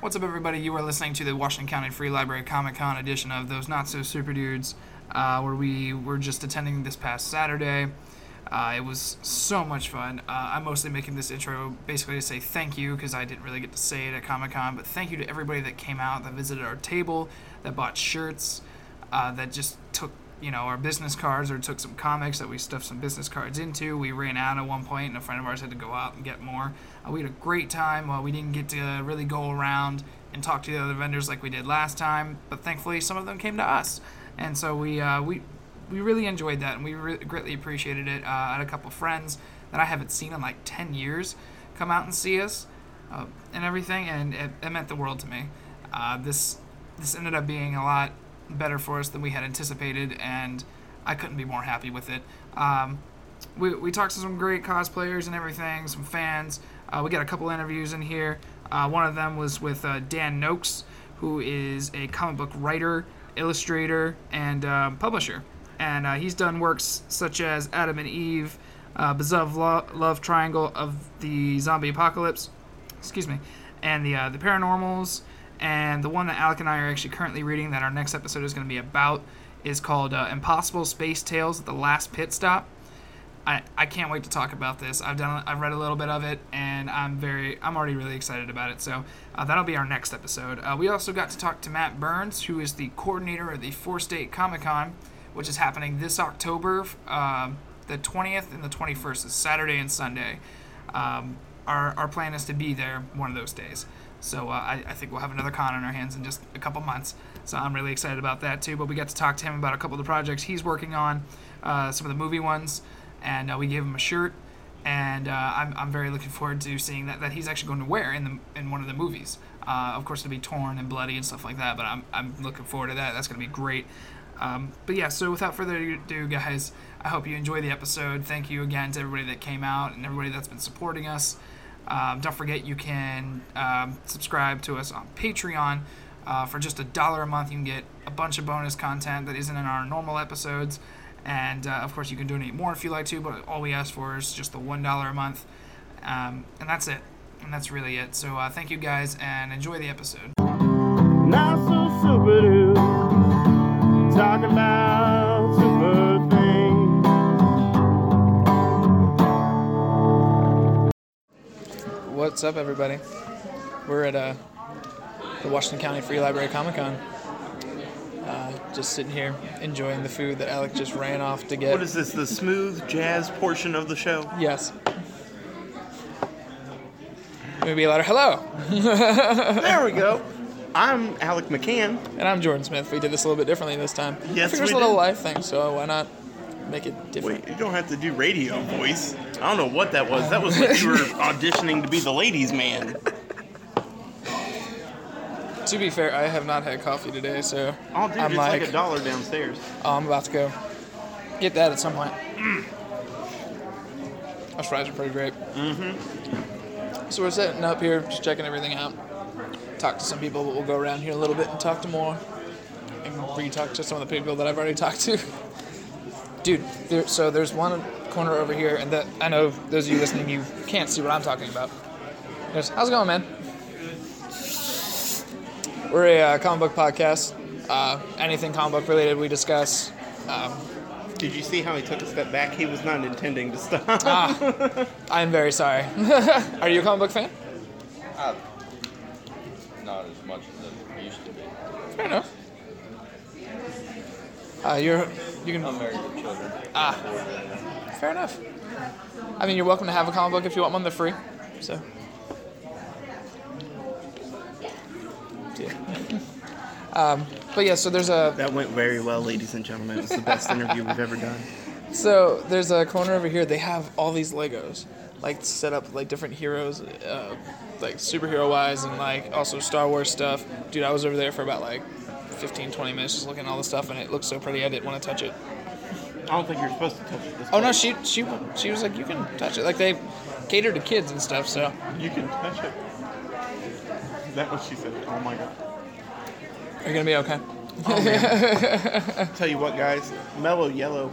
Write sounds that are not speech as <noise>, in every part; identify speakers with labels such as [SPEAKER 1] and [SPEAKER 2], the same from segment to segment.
[SPEAKER 1] What's up, everybody? You are listening to the Washington County Free Library Comic Con edition of Those Not So Super Dudes, uh, where we were just attending this past Saturday. Uh, it was so much fun. Uh, I'm mostly making this intro basically to say thank you because I didn't really get to say it at Comic Con, but thank you to everybody that came out, that visited our table, that bought shirts, uh, that just took you know our business cards or took some comics that we stuffed some business cards into. We ran out at one point, and a friend of ours had to go out and get more. Uh, we had a great time. Uh, we didn't get to really go around and talk to the other vendors like we did last time, but thankfully some of them came to us, and so we uh, we we really enjoyed that, and we re- greatly appreciated it. Uh, I had a couple friends that I haven't seen in like ten years come out and see us uh, and everything, and it, it meant the world to me. Uh, this this ended up being a lot better for us than we had anticipated, and I couldn't be more happy with it. Um, we, we talked to some great cosplayers and everything, some fans. Uh, we got a couple interviews in here. Uh, one of them was with uh, Dan Noakes, who is a comic book writer, illustrator, and um, publisher. And uh, he's done works such as Adam and Eve, uh, Bezav Lo- Love Triangle of the Zombie Apocalypse, excuse me, and the uh, the Paranormals, and the one that Alec and I are actually currently reading that our next episode is going to be about is called uh, Impossible Space Tales: The Last Pit Stop. I, I can't wait to talk about this. I've done I've read a little bit of it and I'm very I'm already really excited about it. So uh, that'll be our next episode. Uh, we also got to talk to Matt Burns, who is the coordinator of the Four State Comic Con, which is happening this October, um, the 20th and the 21st is Saturday and Sunday. Um, our our plan is to be there one of those days. So uh, I, I think we'll have another con on our hands in just a couple months. So I'm really excited about that too. But we got to talk to him about a couple of the projects he's working on, uh, some of the movie ones, and uh, we gave him a shirt. And uh, I'm, I'm very looking forward to seeing that, that he's actually going to wear in the in one of the movies. Uh, of course, it'll be torn and bloody and stuff like that. But I'm, I'm looking forward to that. That's going to be great. Um, but yeah, so without further ado, guys, I hope you enjoy the episode. Thank you again to everybody that came out and everybody that's been supporting us. Um, don't forget, you can um, subscribe to us on Patreon. Uh, for just a dollar a month, you can get a bunch of bonus content that isn't in our normal episodes. And uh, of course, you can donate more if you like to, but all we ask for is just the $1 a month. Um, and that's it. And that's really it. So uh, thank you guys and enjoy the episode.
[SPEAKER 2] Not so super dude. Talk about super things.
[SPEAKER 1] What's up, everybody? We're at uh, the Washington County Free Library Comic Con. Uh, just sitting here enjoying the food that Alec just ran off to get.
[SPEAKER 3] What is this? The smooth jazz portion of the show?
[SPEAKER 1] yes. Maybe louder. Hello,
[SPEAKER 3] There we go. I'm Alec McCann.
[SPEAKER 1] and I'm Jordan Smith. We did this a little bit differently this time. I
[SPEAKER 3] Yes,
[SPEAKER 1] think it's
[SPEAKER 3] we
[SPEAKER 1] a little
[SPEAKER 3] did.
[SPEAKER 1] live thing, so why not make it different?
[SPEAKER 3] Wait, you don't have to do radio voice. I don't know what that was. That was like you <laughs> were auditioning to be the ladies' man.
[SPEAKER 1] To be fair, I have not had coffee today, so
[SPEAKER 3] Oh, dude,
[SPEAKER 1] I'm
[SPEAKER 3] it's
[SPEAKER 1] like,
[SPEAKER 3] like a dollar downstairs.
[SPEAKER 1] oh, I'm about to go get that at some point. Mm. Those fries are pretty great. Mm-hmm. So we're sitting up here, just checking everything out. Talk to some people, but we'll go around here a little bit and talk to more, and re-talk to some of the people that I've already <laughs> talked to. Dude, there, so there's one corner over here, and that I know those of you listening, you can't see what I'm talking about. There's, how's it going, man? We're a uh, comic book podcast. Uh, anything comic book related, we discuss.
[SPEAKER 3] Did you see how he took a step back? He was not intending to stop.
[SPEAKER 1] I'm very sorry. <laughs> Are you a comic book fan?
[SPEAKER 4] Uh, not as much as it used to be.
[SPEAKER 1] Fair enough. Uh, you're, you can. Ah,
[SPEAKER 4] I'm married with children.
[SPEAKER 1] Fair enough. I mean, you're welcome to have a comic book if you want one. They're free, so. Yeah. um, <laughs> but yeah, so there's a
[SPEAKER 3] <laughs> that went very well, ladies and gentlemen. It was the best interview we've ever <laughs> done.
[SPEAKER 1] so there's a corner over here. They have all these Legos, like set up like different heroes, uh, like superhero wise, and like also Star Wars stuff. Dude, I was over there for about like 15, 20 minutes just looking at all the stuff, and it looked so pretty. I didn't want to touch it.
[SPEAKER 3] I don't think you're supposed to touch it. This
[SPEAKER 1] Oh no, she she she was like, you can touch it. Like they cater to kids and stuff. So
[SPEAKER 3] you can touch it. Is that what she said? Oh my god.
[SPEAKER 1] you're gonna be okay.
[SPEAKER 3] Tell you what, guys, Mellow Yellow,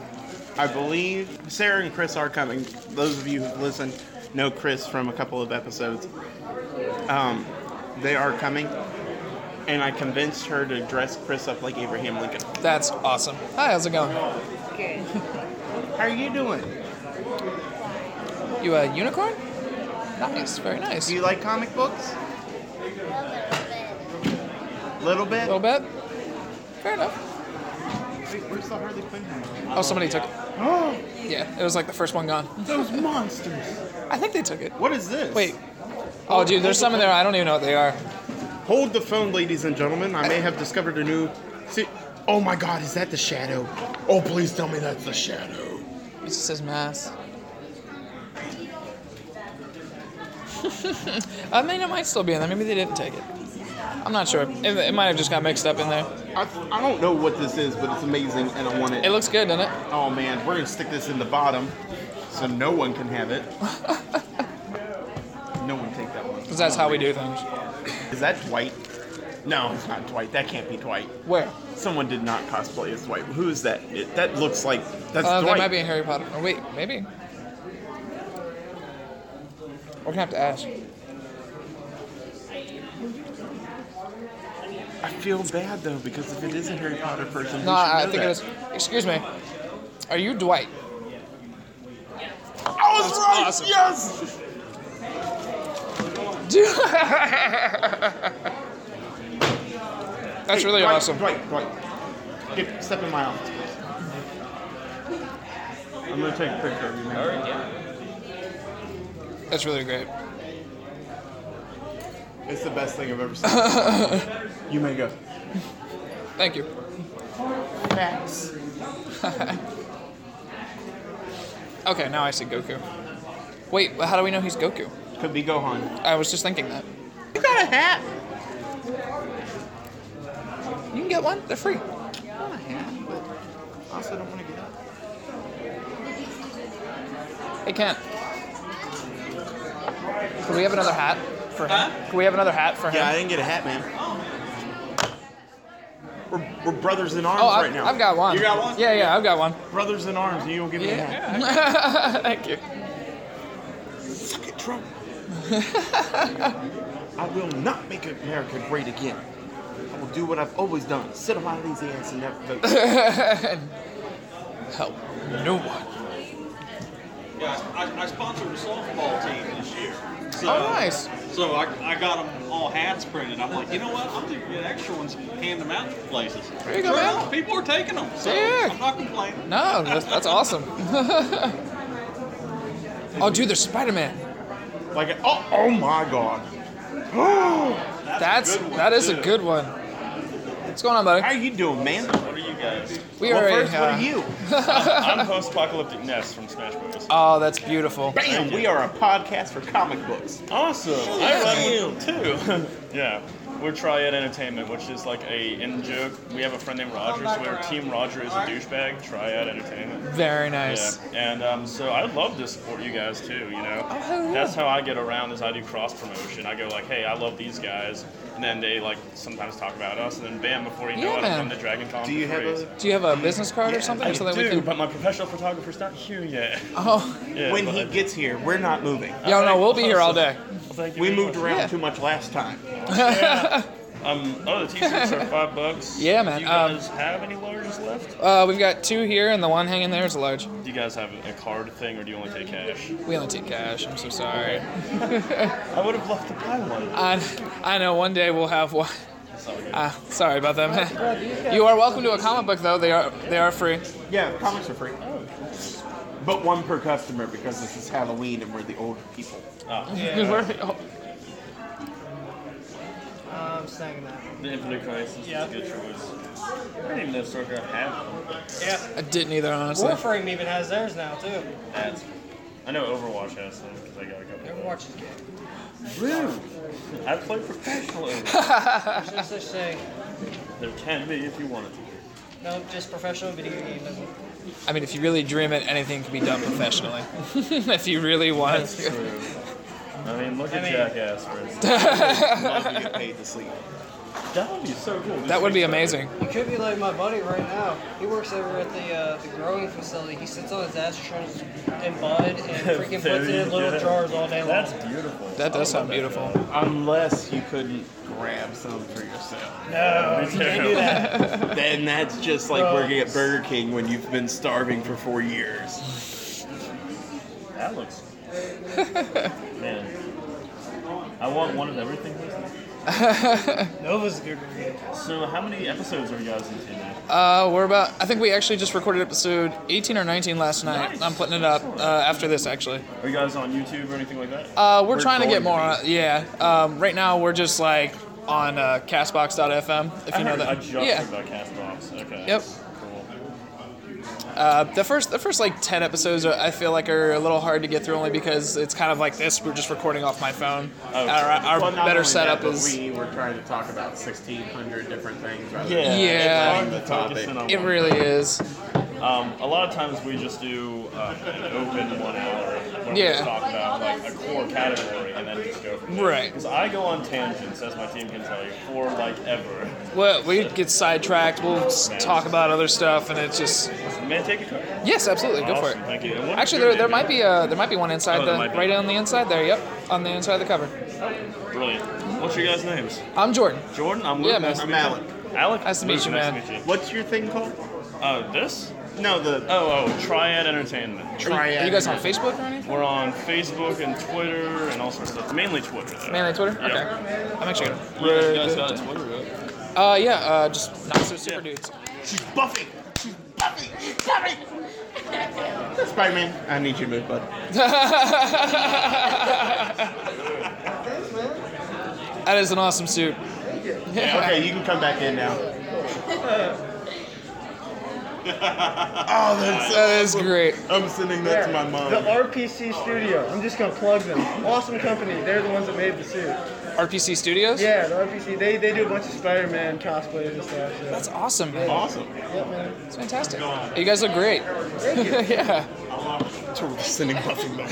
[SPEAKER 3] I believe Sarah and Chris are coming. Those of you who've listened know Chris from a couple of episodes. Um, they are coming. And I convinced her to dress Chris up like Abraham Lincoln.
[SPEAKER 1] That's awesome. Hi, how's it going?
[SPEAKER 3] How are you doing?
[SPEAKER 1] You a unicorn? Nice, very nice.
[SPEAKER 3] Do
[SPEAKER 1] A
[SPEAKER 3] you like comic books?
[SPEAKER 5] Well,
[SPEAKER 3] Little bit.
[SPEAKER 1] little bit. Fair enough.
[SPEAKER 3] Wait, where's the Harley Quinn? hat?
[SPEAKER 1] Oh, somebody took it. <gasps> Yeah, it was like the first one gone.
[SPEAKER 3] Those monsters.
[SPEAKER 1] I think they took it.
[SPEAKER 3] What is this?
[SPEAKER 1] Wait. Oh, dude, there's some in there. I don't even know what they are.
[SPEAKER 3] Hold the phone, ladies and gentlemen. I may have discovered a new. See, oh my God, is that the shadow? Oh, please tell me that's the shadow.
[SPEAKER 1] It just says mass. <laughs> I mean, it might still be in there. Maybe they didn't take it. I'm not sure. It, it might have just got mixed up in there.
[SPEAKER 3] I, I don't know what this is, but it's amazing, and I want it.
[SPEAKER 1] It looks good, doesn't it?
[SPEAKER 3] oh man, we're gonna stick this in the bottom, so no one can have <laughs> it. no one take that one.
[SPEAKER 1] Because that's how we do things.
[SPEAKER 3] Is that Dwight? No, it's not Dwight. That can't be Dwight.
[SPEAKER 1] Where?
[SPEAKER 3] Someone did not cosplay as Dwight. Who is that? It, that looks like that's
[SPEAKER 1] Uh, that
[SPEAKER 3] Dwight.
[SPEAKER 1] might be in Harry Potter. Oh, wait, maybe. We're gonna have to ask.
[SPEAKER 3] I feel bad though because if it is a Harry Potter person,
[SPEAKER 1] No, I I think it was. Excuse me. Are you Dwight?
[SPEAKER 3] I
[SPEAKER 1] That's awesome.
[SPEAKER 3] was right. Yes.
[SPEAKER 1] Dude. <laughs> That's
[SPEAKER 3] Hey,
[SPEAKER 1] really
[SPEAKER 3] Dwight,
[SPEAKER 1] awesome.
[SPEAKER 3] Dwight, Dwight, Get, step in my office. please. I'm gonna take a picture of you, man.
[SPEAKER 1] That's really great.
[SPEAKER 3] It's the best thing I've ever
[SPEAKER 1] <laughs>
[SPEAKER 3] seen. you may go.
[SPEAKER 1] Thank you.
[SPEAKER 3] Facts.
[SPEAKER 1] <laughs> Okay, now I see Goku. Wait, how do we know he's Goku?
[SPEAKER 3] Could be Gohan.
[SPEAKER 1] I was just thinking that.
[SPEAKER 3] You got a hat.
[SPEAKER 1] You can get one. They're free.
[SPEAKER 3] I want a hat, but I also don't want to get up.
[SPEAKER 1] Hey, Kent. Can we have another hat for him? Can we have another hat for him?
[SPEAKER 3] Yeah, I didn't get a hat, man. We're, we're brothers in arms
[SPEAKER 1] oh, I've,
[SPEAKER 3] right now.
[SPEAKER 1] I've got one.
[SPEAKER 4] You got one?
[SPEAKER 1] Yeah, yeah, I've got one.
[SPEAKER 3] brothers in arms. and You don't give me a hat.
[SPEAKER 1] Yeah. <laughs> Thank you.
[SPEAKER 3] Suck
[SPEAKER 1] <laughs>
[SPEAKER 3] it, Trump. I will not make America great again. I will do what I've always done: sit on my lazy ass and never vote.
[SPEAKER 1] Help. No one.
[SPEAKER 6] Yeah, I, I sponsored a softball team this year. So,
[SPEAKER 1] Oh, nice.
[SPEAKER 6] So I, I got them all hats printed. I'm like, you know what? I'm going to get extra ones and hand them out to places.
[SPEAKER 1] There you go,
[SPEAKER 6] Sure
[SPEAKER 1] man.
[SPEAKER 6] enough, people are taking them. So
[SPEAKER 1] Yeah.
[SPEAKER 6] I'm not complaining.
[SPEAKER 1] No, that's, that's awesome. <laughs> oh, dude, there's Spider Man.
[SPEAKER 3] like, oh, oh my God. Oh,
[SPEAKER 1] That's
[SPEAKER 6] a good one,
[SPEAKER 1] that is
[SPEAKER 6] too.
[SPEAKER 1] a good one. What's going on, buddy?
[SPEAKER 3] <gasps> how you doing, man?
[SPEAKER 4] What are you guys?
[SPEAKER 1] We
[SPEAKER 3] Well,
[SPEAKER 1] are
[SPEAKER 3] first,
[SPEAKER 1] a.
[SPEAKER 3] what
[SPEAKER 1] uh,
[SPEAKER 3] are
[SPEAKER 1] <laughs>
[SPEAKER 3] you?
[SPEAKER 4] I'm post-apocalyptic Ness from Smash Bros.
[SPEAKER 1] Oh, that's beautiful.
[SPEAKER 3] Bam! We are a podcast for comic books.
[SPEAKER 4] Awesome. I run one too. <laughs> yeah. We're Triad Entertainment, which is like a in joke. We have a friend named Roger, so we're Team Roger is a douchebag. Triad Entertainment.
[SPEAKER 1] Very
[SPEAKER 4] Yeah.
[SPEAKER 1] nice.
[SPEAKER 4] And um, so I'd love to support you guys too. You know,
[SPEAKER 1] Oh, hell yeah.
[SPEAKER 4] that's how I get around is I do cross promotion. I go like, hey, I love these guys, and then they like sometimes talk about us, and then bam, before you know
[SPEAKER 1] Yeah,
[SPEAKER 4] it,
[SPEAKER 1] man.
[SPEAKER 4] I come to Dragon Con.
[SPEAKER 3] Do you
[SPEAKER 4] for
[SPEAKER 3] have
[SPEAKER 4] free.
[SPEAKER 3] a?
[SPEAKER 1] Do you have a business card or something
[SPEAKER 4] I
[SPEAKER 1] so that
[SPEAKER 4] do,
[SPEAKER 1] we can?
[SPEAKER 4] but my professional photographer's not here yet.
[SPEAKER 1] Oh, <laughs>
[SPEAKER 4] Yeah,
[SPEAKER 3] when
[SPEAKER 4] but
[SPEAKER 3] he
[SPEAKER 4] I-
[SPEAKER 3] gets here, we're not moving.
[SPEAKER 1] yo, no, we'll be here all day.
[SPEAKER 4] Well, thank you
[SPEAKER 3] We
[SPEAKER 4] very
[SPEAKER 3] moved
[SPEAKER 4] much.
[SPEAKER 3] around
[SPEAKER 1] Yeah.
[SPEAKER 3] too much last time.
[SPEAKER 4] Um, oh, the
[SPEAKER 1] <laughs>
[SPEAKER 4] t-shirts are five bucks.
[SPEAKER 1] Yeah, man,
[SPEAKER 4] Do you
[SPEAKER 1] um,
[SPEAKER 4] guys have any larges left?
[SPEAKER 1] Uh, we've got two here, and the one hanging there is a large.
[SPEAKER 4] Do you guys have a card thing, or do you only take cash?
[SPEAKER 1] We only take cash. I'm so sorry.
[SPEAKER 4] I would have loved to buy one.
[SPEAKER 1] I, I know one day we'll have one.
[SPEAKER 4] Sorry.
[SPEAKER 1] Uh, sorry about that, man. <laughs> You are welcome to a comic book, though. They are they are free.
[SPEAKER 3] Yeah, comics are free.
[SPEAKER 4] Oh.
[SPEAKER 3] But one per customer because this is Halloween and we're the older
[SPEAKER 1] <laughs>
[SPEAKER 3] people.
[SPEAKER 4] Ah,
[SPEAKER 1] oh,
[SPEAKER 7] I'm saying that.
[SPEAKER 4] the Infinite Crisis yeah. is a good choice. I didn't even know StarCraft had one.
[SPEAKER 7] Yeah.
[SPEAKER 1] I didn't either, honestly.
[SPEAKER 7] Warframe even has theirs now too.
[SPEAKER 4] That's. I know Overwatch has them because I got a couple.
[SPEAKER 7] Overwatch is gay.
[SPEAKER 4] I play professional Overwatch.
[SPEAKER 7] There's no such thing.
[SPEAKER 4] there can be if you wanted to.
[SPEAKER 7] No, just professional video game. doesn't-
[SPEAKER 1] I mean, if <laughs> you really dream it, anything can be done professionally. if you really want.
[SPEAKER 4] true. I mean, look
[SPEAKER 7] I
[SPEAKER 4] at
[SPEAKER 7] mean-
[SPEAKER 4] Jackass for
[SPEAKER 1] <laughs>
[SPEAKER 4] instance.
[SPEAKER 3] Love to get paid to sleep.
[SPEAKER 4] That would be so cool. Just
[SPEAKER 1] That would be
[SPEAKER 4] think about it.
[SPEAKER 1] amazing.
[SPEAKER 7] You could be like my buddy right now. He works over at the uh, the growing facility. He sits on his ass, trims and bud,
[SPEAKER 3] <laughs>
[SPEAKER 7] and freaking
[SPEAKER 4] There
[SPEAKER 7] puts it
[SPEAKER 4] you
[SPEAKER 7] in little
[SPEAKER 4] go.
[SPEAKER 7] jars all day long.
[SPEAKER 4] That's beautiful.
[SPEAKER 1] That does sound beautiful.
[SPEAKER 2] Unless you couldn't grab some for yourself.
[SPEAKER 7] No,
[SPEAKER 4] <laughs> Me
[SPEAKER 7] you can't
[SPEAKER 4] too.
[SPEAKER 7] do that.
[SPEAKER 2] Then that's just like working at Burger King when you've been starving for four years.
[SPEAKER 4] That looks. <laughs> Man, I want one of
[SPEAKER 1] <laughs>
[SPEAKER 4] everything. please.
[SPEAKER 7] Nova's a good one.
[SPEAKER 4] So, how many episodes are you guys into now?
[SPEAKER 1] Uh, we're about. I think we actually just recorded episode 18 or 19 last night.
[SPEAKER 4] Nice.
[SPEAKER 1] I'm putting it up
[SPEAKER 4] Excellent.
[SPEAKER 1] uh, after this actually.
[SPEAKER 4] Are you guys on YouTube or anything like that?
[SPEAKER 1] Uh, we're, trying to
[SPEAKER 3] going
[SPEAKER 1] get more.
[SPEAKER 3] to
[SPEAKER 1] uh, yeah. Um, right now we're just like on uh, Castbox.fm. If
[SPEAKER 4] I
[SPEAKER 1] you know
[SPEAKER 4] heard-
[SPEAKER 1] that.
[SPEAKER 4] I just
[SPEAKER 1] yeah.
[SPEAKER 4] heard about Castbox. Okay.
[SPEAKER 1] Yep.
[SPEAKER 4] Cool.
[SPEAKER 1] Uh, the first, the first like 10 episodes are, I feel like are a little hard to get through only because it's kind of like this. We're just recording off my phone.
[SPEAKER 4] Oh.
[SPEAKER 1] Our, our
[SPEAKER 3] Well, not
[SPEAKER 1] better
[SPEAKER 3] only
[SPEAKER 1] setup
[SPEAKER 3] that, but
[SPEAKER 1] is.
[SPEAKER 3] We were trying to talk about 1,600 different things. rather
[SPEAKER 4] Yeah.
[SPEAKER 3] than-
[SPEAKER 1] Yeah.
[SPEAKER 4] It's hard to focus in on
[SPEAKER 1] It
[SPEAKER 4] one.
[SPEAKER 1] really is.
[SPEAKER 4] Um, a lot of times we just do uh, an open one hour where we
[SPEAKER 1] Yeah.
[SPEAKER 4] just talk about like a core category and then just go from there.
[SPEAKER 1] Right.
[SPEAKER 4] Because I go on tangents, as my team can tell you, for like ever.
[SPEAKER 1] Well, we get sidetracked. We'll s talk about other stuff, and it's just
[SPEAKER 4] May I take a card?
[SPEAKER 1] yes, absolutely, go for
[SPEAKER 4] awesome,
[SPEAKER 1] it.
[SPEAKER 4] Thank you. And what
[SPEAKER 1] Actually,
[SPEAKER 4] did
[SPEAKER 1] there,
[SPEAKER 4] you
[SPEAKER 1] there
[SPEAKER 4] do?
[SPEAKER 1] might be a there might be one inside
[SPEAKER 4] Oh, there
[SPEAKER 1] the
[SPEAKER 4] might be.
[SPEAKER 1] right on the inside there. Yep, on the inside of the cover.
[SPEAKER 4] Brilliant. What's your guys' names?
[SPEAKER 1] I'm Jordan.
[SPEAKER 4] Jordan. I'm
[SPEAKER 1] Yeah, man.
[SPEAKER 4] Luke. Nice to
[SPEAKER 3] I'm
[SPEAKER 4] meet you.
[SPEAKER 3] Alec.
[SPEAKER 4] Alec.
[SPEAKER 1] Nice to meet
[SPEAKER 4] Luke,
[SPEAKER 1] you, man.
[SPEAKER 4] Nice to meet you.
[SPEAKER 3] What's your thing called?
[SPEAKER 4] Uh, this?
[SPEAKER 3] No, the
[SPEAKER 4] Oh, oh, Triad Entertainment.
[SPEAKER 3] triad.
[SPEAKER 1] Are Uh, you guys on Facebook or anything?
[SPEAKER 4] We're on Facebook and Twitter and all sorts of stuff. Mainly Twitter. Though.
[SPEAKER 1] Mainly Twitter.
[SPEAKER 4] Yep.
[SPEAKER 1] Okay, I'm actually
[SPEAKER 4] You guys got a Twitter, right?
[SPEAKER 1] gonna. Uh, yeah, uh, just not so super
[SPEAKER 4] Yeah.
[SPEAKER 1] dudes. <laughs>
[SPEAKER 3] She's buffing. She's buffing. She's buffing. Spider-Man, I need you to move, bud.
[SPEAKER 1] That is an awesome suit. <laughs>
[SPEAKER 3] Okay, you can come back in now. oh, that's
[SPEAKER 1] That is great.
[SPEAKER 3] I'm sending that to my
[SPEAKER 5] The
[SPEAKER 3] mom.
[SPEAKER 5] RPC Studio. I'm just gonna plug them. Awesome company. They're the ones that made the suit.
[SPEAKER 1] RPC Studios.
[SPEAKER 5] Yeah, the RPC. They they do a bunch of Spider-Man cosplays and stuff. So.
[SPEAKER 1] That's awesome, man.
[SPEAKER 3] Awesome.
[SPEAKER 5] Yep, man.
[SPEAKER 1] It's fantastic. You guys look great. <laughs> yeah.
[SPEAKER 3] Totally sending
[SPEAKER 1] <laughs>
[SPEAKER 3] buffing back.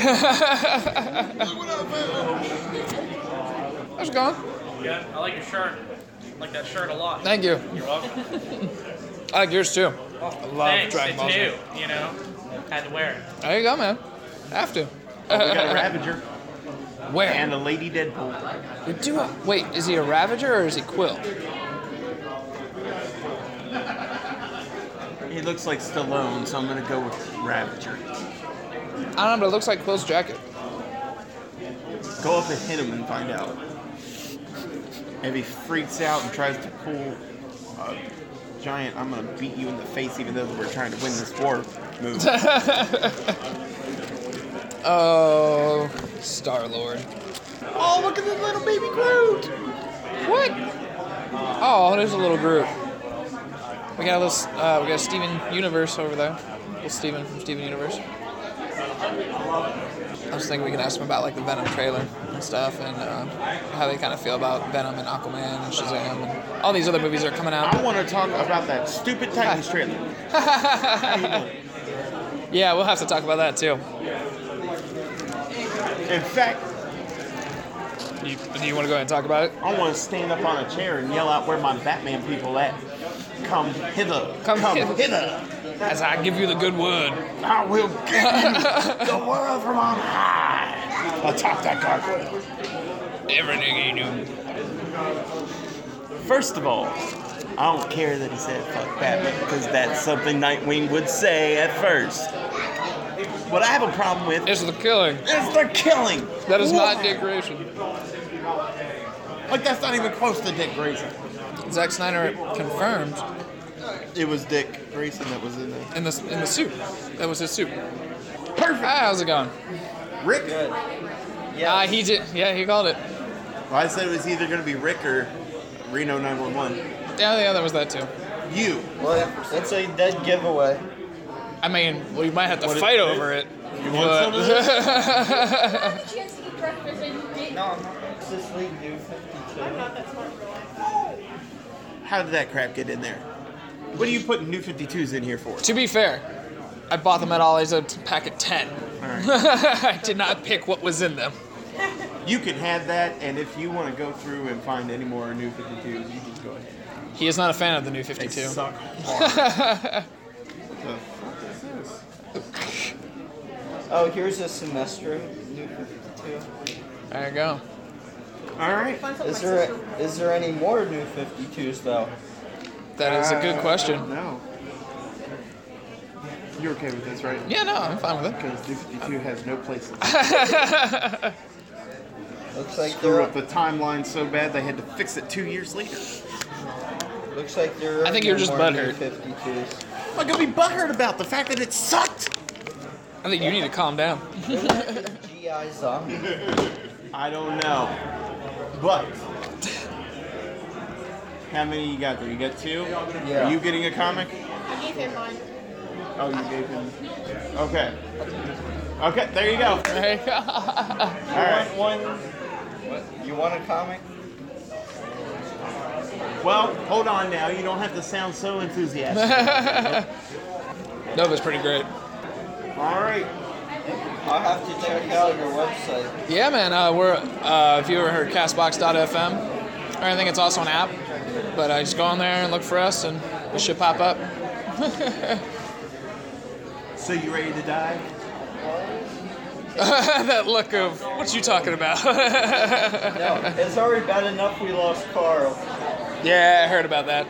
[SPEAKER 1] How's it going?
[SPEAKER 8] Yeah, I like your shirt. I like that shirt a lot.
[SPEAKER 1] Thank you.
[SPEAKER 8] You're welcome.
[SPEAKER 1] I like yours too. I love
[SPEAKER 8] Thanks.
[SPEAKER 1] Dragon
[SPEAKER 8] It's
[SPEAKER 1] Ball Z.
[SPEAKER 8] new, you know. Had to wear it.
[SPEAKER 1] There you go, man. Have to.
[SPEAKER 3] <laughs> We
[SPEAKER 1] <laughs>
[SPEAKER 3] got a Ravager
[SPEAKER 1] Where?
[SPEAKER 3] and a Lady Deadpool.
[SPEAKER 1] we do. Wait, is he a Ravager or is he Quill?
[SPEAKER 3] He looks like Stallone, so I'm gonna go with Ravager.
[SPEAKER 1] I don't know, but it looks like Quill's jacket.
[SPEAKER 3] Go up and hit him and find out. If he freaks out and tries to pull a giant, I'm gonna beat you in the face, even though we're trying to win this war. Move.
[SPEAKER 1] <laughs> Oh, Star Lord.
[SPEAKER 3] oh, look at this little baby Groot!
[SPEAKER 1] What? Oh, there's a little group. We got a little. Uh, we got Steven Universe over there. Little Steven from Steven Universe. I was thinking we could ask them about like the Venom trailer and stuff, and uh, how they kind of feel about Venom and Aquaman and Shazam and all these other movies that are coming out. <laughs>
[SPEAKER 3] I want to talk about that stupid Titans trailer.
[SPEAKER 1] Yeah, we'll have to talk about that too.
[SPEAKER 3] In fact,
[SPEAKER 1] You, do you want to go ahead and talk about it?
[SPEAKER 3] I want to stand up on a chair and yell out where my Batman people at. Come hither.
[SPEAKER 1] Come hither.
[SPEAKER 3] hither.
[SPEAKER 1] As I give you the good word.
[SPEAKER 3] I will give
[SPEAKER 1] <laughs>
[SPEAKER 3] you the world from on high. I'll top that gargoyle.
[SPEAKER 1] Everything you do.
[SPEAKER 3] First of all, I don't care that he said fuck Batman because that's something Nightwing would say at first. What I have a problem with
[SPEAKER 1] It's the killing.
[SPEAKER 3] is the killing.
[SPEAKER 1] That is
[SPEAKER 3] Why?
[SPEAKER 1] not Dick Grayson.
[SPEAKER 3] Like that's not even close to Dick Grayson.
[SPEAKER 1] Zack Snyder confirmed
[SPEAKER 3] It was Dick Grayson that was in there.
[SPEAKER 1] in the in the suit. That was his suit. Perfect. Ah, how's it going?
[SPEAKER 3] Rick.
[SPEAKER 1] Yeah. Uh, he did. Yeah, he called it.
[SPEAKER 3] Well, I said it was either going to be Rick or Reno 911.
[SPEAKER 1] Yeah, yeah, that was that too.
[SPEAKER 3] You.
[SPEAKER 9] Well, that's a dead giveaway.
[SPEAKER 1] I mean, we might have to fight over it.
[SPEAKER 3] You want some of
[SPEAKER 1] but-
[SPEAKER 10] had a chance to eat breakfast and you didn't.
[SPEAKER 9] What's this league do? 52.
[SPEAKER 3] How did that crap get in there? What are you putting new 52s in here
[SPEAKER 1] <laughs>
[SPEAKER 3] for?
[SPEAKER 1] to be fair, I <laughs> bought them at Ollie's a pack of ten. I did not pick what was in them.
[SPEAKER 3] You can have that, and if you want to go through and find any more new 52s, you just go ahead.
[SPEAKER 1] He is not a fan of the new 52.
[SPEAKER 3] They suck hard. what the fuck is this?
[SPEAKER 9] Oh, here's a semester new 52.
[SPEAKER 1] There you go.
[SPEAKER 3] All right.
[SPEAKER 9] Is there a- is there any more new 52s though?
[SPEAKER 1] That is a
[SPEAKER 3] Uh,
[SPEAKER 1] good question.
[SPEAKER 3] I don't know. You're okay with this, right?
[SPEAKER 1] Yeah, no, I'm fine with it.
[SPEAKER 3] Because new 52 has no place.
[SPEAKER 9] Looks like
[SPEAKER 3] Screw
[SPEAKER 9] they're
[SPEAKER 3] up the timeline so bad they had to fix it two years later.
[SPEAKER 9] looks like there are
[SPEAKER 1] I think you're
[SPEAKER 9] no
[SPEAKER 1] just
[SPEAKER 9] more
[SPEAKER 1] butthurt.
[SPEAKER 9] new 52s.
[SPEAKER 3] I'm gonna be butthurt about the fact that it sucked.
[SPEAKER 1] I think you need to calm down.
[SPEAKER 9] GI zombie.
[SPEAKER 3] I don't know, but how many you got there? You got two.
[SPEAKER 9] Yeah.
[SPEAKER 3] Are you getting a comic?
[SPEAKER 10] I gave him mine.
[SPEAKER 3] Oh, you gave him. Okay. Okay, there you go.
[SPEAKER 1] There you go.
[SPEAKER 3] All right.
[SPEAKER 9] You want a comic?
[SPEAKER 3] Well, hold on now. You don't have to sound so enthusiastic.
[SPEAKER 1] <laughs> Nova's pretty great.
[SPEAKER 3] All right.
[SPEAKER 9] I'll have to check out your website.
[SPEAKER 1] Yeah, man. Uh, we're uh, if you ever heard Castbox.fm, or I think it's also an app. But uh, just go on there and look for us, and it should pop up. <laughs>
[SPEAKER 3] So you ready to die?
[SPEAKER 1] that look of what you talking about? <laughs>
[SPEAKER 9] No, it's already bad enough we lost Carl.
[SPEAKER 1] yeah, I heard about that.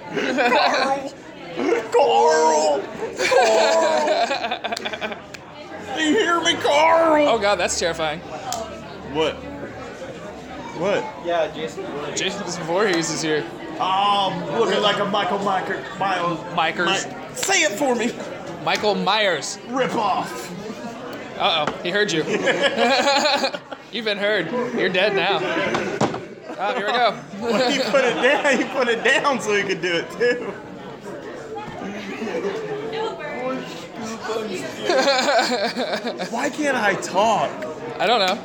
[SPEAKER 3] Carl! Carl! you hear me, Carl?
[SPEAKER 1] oh God, that's terrifying.
[SPEAKER 3] What? What?
[SPEAKER 9] Yeah, Jason. Voorhees.
[SPEAKER 1] Jason Voorhees is here.
[SPEAKER 3] Oh, looking like a Michael Miker, Miles.
[SPEAKER 1] Mikers.
[SPEAKER 3] Mi- say it for me.
[SPEAKER 1] Michael Myers.
[SPEAKER 3] Rip off.
[SPEAKER 1] Uh oh, he heard you. <laughs> You've been heard. You're dead now. Oh, here we go. <laughs>
[SPEAKER 3] he put it down. He put it down so he could do it too. Why can't I talk?
[SPEAKER 1] I don't know.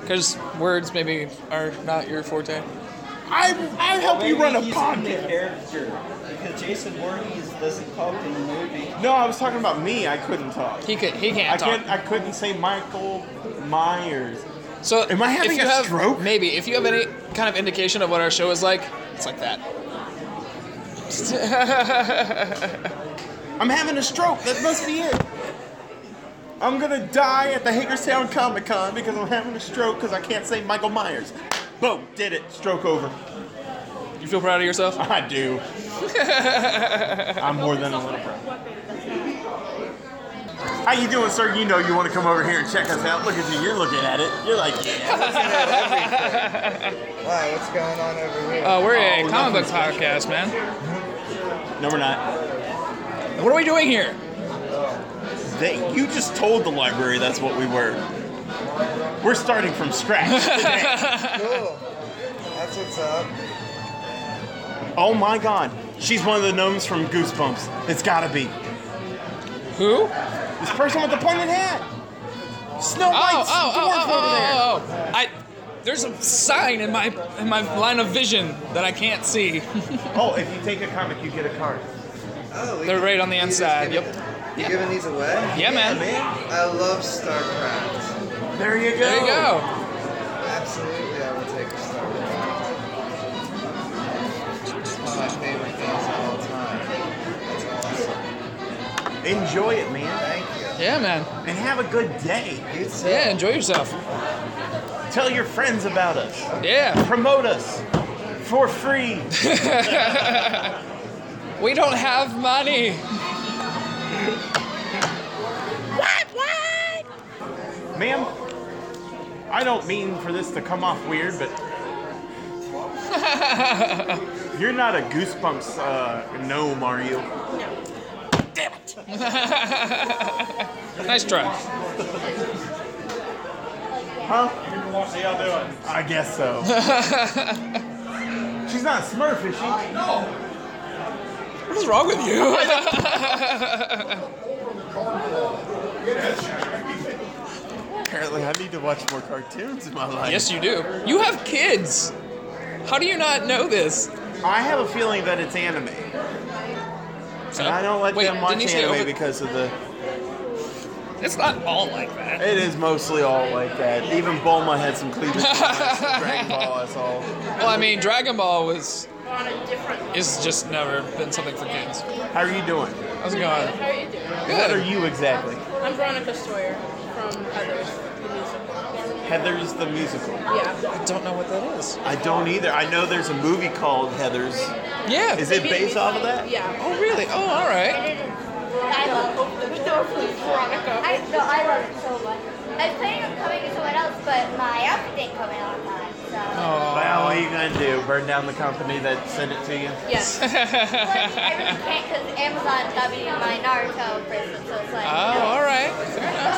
[SPEAKER 1] Because words maybe are not your forte.
[SPEAKER 3] I I help you run a
[SPEAKER 9] Maybe he's in the
[SPEAKER 3] podcast.
[SPEAKER 9] character because Jason Voorhees doesn't talk in the movie.
[SPEAKER 3] No, I was talking about me. I couldn't talk.
[SPEAKER 1] He could. He can't
[SPEAKER 3] I
[SPEAKER 1] talk.
[SPEAKER 3] can't. I couldn't say Michael Myers.
[SPEAKER 1] So
[SPEAKER 3] Am I having
[SPEAKER 1] if you
[SPEAKER 3] a
[SPEAKER 1] have,
[SPEAKER 3] stroke?
[SPEAKER 1] Maybe. If you have any kind of indication of what our show is like, it's like that. <laughs>
[SPEAKER 3] I'm having a stroke. That must be it. I'm gonna die at the Hagerstown Comic Con because I'm having a stroke because I can't say Michael Myers. Boom, did it. Stroke over. <laughs>
[SPEAKER 1] You feel proud of yourself?
[SPEAKER 3] I do. I'm more than a little proud. How you doing, sir? You know you want to come over here and check us out. Look at you. You're looking at it. You're like, yeah.
[SPEAKER 9] Wow, what's going on over here?
[SPEAKER 1] Uh, we're a
[SPEAKER 3] Oh,
[SPEAKER 1] comic book
[SPEAKER 3] nothing special.
[SPEAKER 1] podcast, man.
[SPEAKER 3] No, we're not.
[SPEAKER 1] What are we doing here?
[SPEAKER 3] They, you just told the library that's what we were. We're starting from scratch
[SPEAKER 1] <laughs>
[SPEAKER 3] today.
[SPEAKER 9] cool. That's what's up.
[SPEAKER 3] Oh my god, she's one of the gnomes from Goosebumps. It's gotta be.
[SPEAKER 1] Who?
[SPEAKER 3] This person with the pointed hat! Snow
[SPEAKER 1] Oh, oh,
[SPEAKER 3] White's
[SPEAKER 1] oh, oh,
[SPEAKER 3] dwarf over
[SPEAKER 1] oh, oh, oh. I. There's a sign in my in my line of vision that I can't
[SPEAKER 3] <laughs>
[SPEAKER 1] see.
[SPEAKER 3] there! Oh, if you take a comic, you get a card.
[SPEAKER 11] Oh, we
[SPEAKER 1] They're
[SPEAKER 11] can-
[SPEAKER 1] right on the
[SPEAKER 11] you just
[SPEAKER 1] inside.
[SPEAKER 11] giving-
[SPEAKER 1] Yep.
[SPEAKER 11] You giving these away?
[SPEAKER 1] Yeah, man.
[SPEAKER 3] man.
[SPEAKER 11] I love StarCraft.
[SPEAKER 3] There you go.
[SPEAKER 1] There you go.
[SPEAKER 11] Absolutely, I will take a StarCraft. It's one of my favorite games of all time. That's awesome.
[SPEAKER 3] Enjoy it, man.
[SPEAKER 11] Thank you.
[SPEAKER 1] Yeah, man.
[SPEAKER 3] And have a good day.
[SPEAKER 11] You too.
[SPEAKER 1] Yeah, enjoy yourself.
[SPEAKER 3] Tell your friends about us.
[SPEAKER 1] Yeah.
[SPEAKER 3] Promote us. For free.
[SPEAKER 1] We don't have money.
[SPEAKER 3] Ma'am, I don't mean for this to come off weird,
[SPEAKER 1] <laughs>
[SPEAKER 3] but you're not a Goosebumps uh, gnome, are you?
[SPEAKER 1] Nice try.
[SPEAKER 3] I
[SPEAKER 1] <laughs>
[SPEAKER 3] guess so. She's not a Smurf, is she?
[SPEAKER 1] What is wrong with you? <laughs>
[SPEAKER 3] Apparently, I need to watch more cartoons in my life.
[SPEAKER 1] yes, you do. You have kids. How do you not know this?
[SPEAKER 3] I have a feeling that it's anime. And I don't let
[SPEAKER 1] Wait,
[SPEAKER 3] them watch
[SPEAKER 1] didn't he
[SPEAKER 3] anime
[SPEAKER 1] say over-
[SPEAKER 3] because of the.
[SPEAKER 1] It's not all like that.
[SPEAKER 3] It is mostly all like that. Even Bulma had some
[SPEAKER 1] <laughs>
[SPEAKER 3] cleavage. Dragon Ball, that's all.
[SPEAKER 1] Well, I mean, Dragon Ball was is just never been something for kids.
[SPEAKER 3] How are you doing?
[SPEAKER 1] How's it going?
[SPEAKER 10] How are you doing?
[SPEAKER 3] What are you exactly?
[SPEAKER 10] I'm Veronica Sawyer from Heather's the musical.
[SPEAKER 3] Heather's the musical.
[SPEAKER 10] Yeah.
[SPEAKER 1] I don't know what that is.
[SPEAKER 3] I don't either. I know there's a movie called Heather's.
[SPEAKER 1] Yeah.
[SPEAKER 3] Is it
[SPEAKER 10] Maybe
[SPEAKER 3] based
[SPEAKER 10] we-
[SPEAKER 3] off of that?
[SPEAKER 10] Yeah.
[SPEAKER 1] Oh, really? Oh, all right.
[SPEAKER 10] I love <laughs> Hopefully Veronica.
[SPEAKER 12] I, no, I love it so much. I was planning on coming to someone else, but my outfit didn't come in on time, so.
[SPEAKER 3] Well, what are you gonna do? Burn down the company that sent it to you?
[SPEAKER 12] Yes. but I really can't because Amazon dubbing my Naruto for instance, so it's like.
[SPEAKER 1] Oh, all right.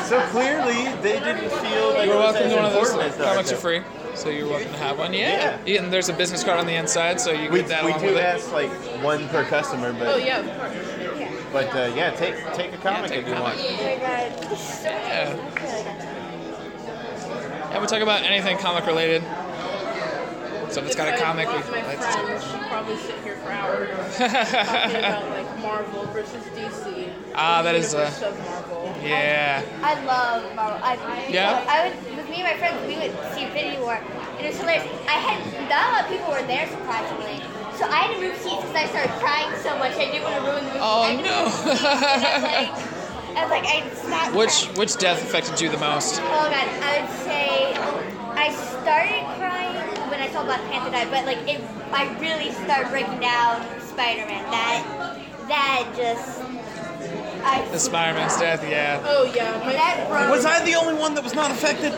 [SPEAKER 3] So clearly, they didn't feel like it
[SPEAKER 1] You're
[SPEAKER 3] was
[SPEAKER 1] welcome
[SPEAKER 3] as
[SPEAKER 1] to one of those
[SPEAKER 3] important as
[SPEAKER 1] comics
[SPEAKER 3] Naruto.
[SPEAKER 1] are free, so you're welcome to have one. Yeah. And there's a business card on the inside, so you
[SPEAKER 3] We,
[SPEAKER 1] get that
[SPEAKER 3] we
[SPEAKER 1] along
[SPEAKER 3] do
[SPEAKER 1] with it.
[SPEAKER 3] ask like one per customer, but
[SPEAKER 10] Oh yeah, of course.
[SPEAKER 3] but uh, yeah, take take a comic
[SPEAKER 1] take
[SPEAKER 3] if
[SPEAKER 1] a
[SPEAKER 3] you
[SPEAKER 1] comic.
[SPEAKER 3] want.
[SPEAKER 1] Yeah. Yeah, we talk about anything comic related. So if it's got a
[SPEAKER 10] If I
[SPEAKER 1] comic,
[SPEAKER 10] loved
[SPEAKER 1] we
[SPEAKER 10] My
[SPEAKER 1] like to
[SPEAKER 10] friend, she'd probably sit here for hours talking about like Marvel versus DC.
[SPEAKER 1] Ah, that is, uh,
[SPEAKER 10] Universe of Marvel.
[SPEAKER 1] Yeah.
[SPEAKER 12] I love Marvel. I,
[SPEAKER 1] Yeah?
[SPEAKER 12] I would, with me and my friends, we would see Infinity War, and it was hilarious. I had not a lot of people were there surprisingly, so I had to move seats because I started crying so much. I didn't want to ruin the movie.
[SPEAKER 1] Oh,
[SPEAKER 12] I had to
[SPEAKER 1] no.
[SPEAKER 12] move seats, <laughs> and I was like, I was like, I stopped.
[SPEAKER 1] Which which death affected you the most?
[SPEAKER 12] Oh god, I would say I started crying when I saw Black Panther die, but like it, I really started breaking down Spider-Man. That that just I.
[SPEAKER 1] The Spider-Man's death, yeah.
[SPEAKER 10] Oh yeah, my
[SPEAKER 12] That broke.
[SPEAKER 1] the only one that was not affected?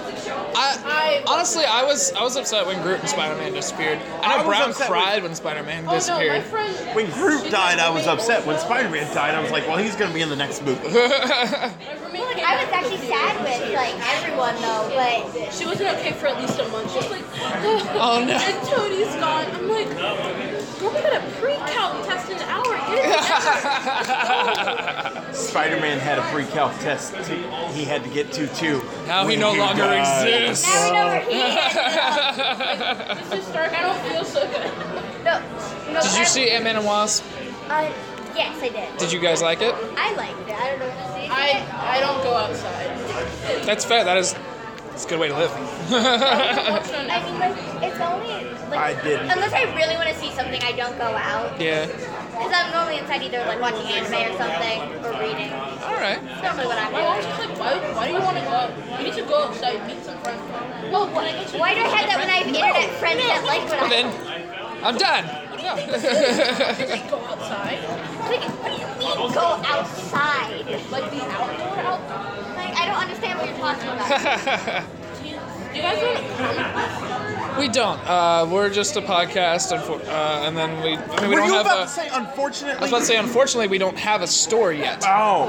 [SPEAKER 1] I honestly, I was I was upset when Groot and Spider-Man disappeared.
[SPEAKER 3] I
[SPEAKER 1] I know
[SPEAKER 3] was
[SPEAKER 1] Brown
[SPEAKER 3] upset
[SPEAKER 1] cried when Spider-Man
[SPEAKER 10] Oh no, my
[SPEAKER 1] disappeared.
[SPEAKER 10] friend.
[SPEAKER 3] When Groot
[SPEAKER 10] she
[SPEAKER 3] died, I
[SPEAKER 10] was
[SPEAKER 3] was upset. When Spider-Man died, I was like, well, he's gonna be in the next movie.
[SPEAKER 1] <laughs>
[SPEAKER 10] My roommate
[SPEAKER 12] Like,
[SPEAKER 10] came
[SPEAKER 12] I
[SPEAKER 10] back
[SPEAKER 12] was actually
[SPEAKER 10] confused.
[SPEAKER 12] sad with like everyone though, but
[SPEAKER 10] She wasn't okay for at least a month. She was like,
[SPEAKER 1] <laughs> Oh, no.
[SPEAKER 10] And Tony's gone. I'm like, we're gonna pre-calc test in an hour. Get it
[SPEAKER 1] <laughs>
[SPEAKER 10] together.
[SPEAKER 3] Spider-Man had a free calc test. t- He had to get to too.
[SPEAKER 1] Now he
[SPEAKER 3] when
[SPEAKER 1] no longer
[SPEAKER 3] died.
[SPEAKER 1] exists.
[SPEAKER 12] now we know where he
[SPEAKER 1] <laughs>
[SPEAKER 12] is.
[SPEAKER 10] Let's just start. I don't feel so good.
[SPEAKER 12] No, no.
[SPEAKER 1] Did
[SPEAKER 12] I-
[SPEAKER 1] you see Ant-Man and Wasp?
[SPEAKER 12] Uh, yes, I did.
[SPEAKER 1] Did you guys like it?
[SPEAKER 12] I liked it. I don't know if you see
[SPEAKER 10] I I don't go outside.
[SPEAKER 1] That's fair. That is, it's a good way to live.
[SPEAKER 12] <laughs> I mean, like, it's only like
[SPEAKER 3] I didn't.
[SPEAKER 12] unless I really want to see something, I don't go out
[SPEAKER 1] yeah.
[SPEAKER 12] because I'm normally inside either like watching anime or something or reading. It's
[SPEAKER 1] All right.
[SPEAKER 12] normally what I
[SPEAKER 10] My mom's
[SPEAKER 12] do.
[SPEAKER 10] just like, why, why do you want to go out? You need to go outside and meet some friends. Well, what?
[SPEAKER 12] Why do I have that when I have internet friends that like
[SPEAKER 1] Well
[SPEAKER 12] what I?
[SPEAKER 1] then, I'm done. <laughs>
[SPEAKER 10] Like, go outside?
[SPEAKER 12] Like, what do you mean go outside?
[SPEAKER 10] Like, the outdoor outdoor?
[SPEAKER 12] Like, I don't understand what you're
[SPEAKER 10] <laughs>
[SPEAKER 9] <laughs>
[SPEAKER 12] talking about.
[SPEAKER 10] Do you guys want to comment?
[SPEAKER 1] we don't. Uh, we're just a podcast, unfor- uh, and then we. I mean, we
[SPEAKER 3] Were
[SPEAKER 1] don't
[SPEAKER 3] you
[SPEAKER 1] have
[SPEAKER 3] about
[SPEAKER 1] a-
[SPEAKER 3] to say
[SPEAKER 1] I
[SPEAKER 3] unfortunately?
[SPEAKER 1] was about to say, unfortunately, we don't have a store yet.
[SPEAKER 3] oh,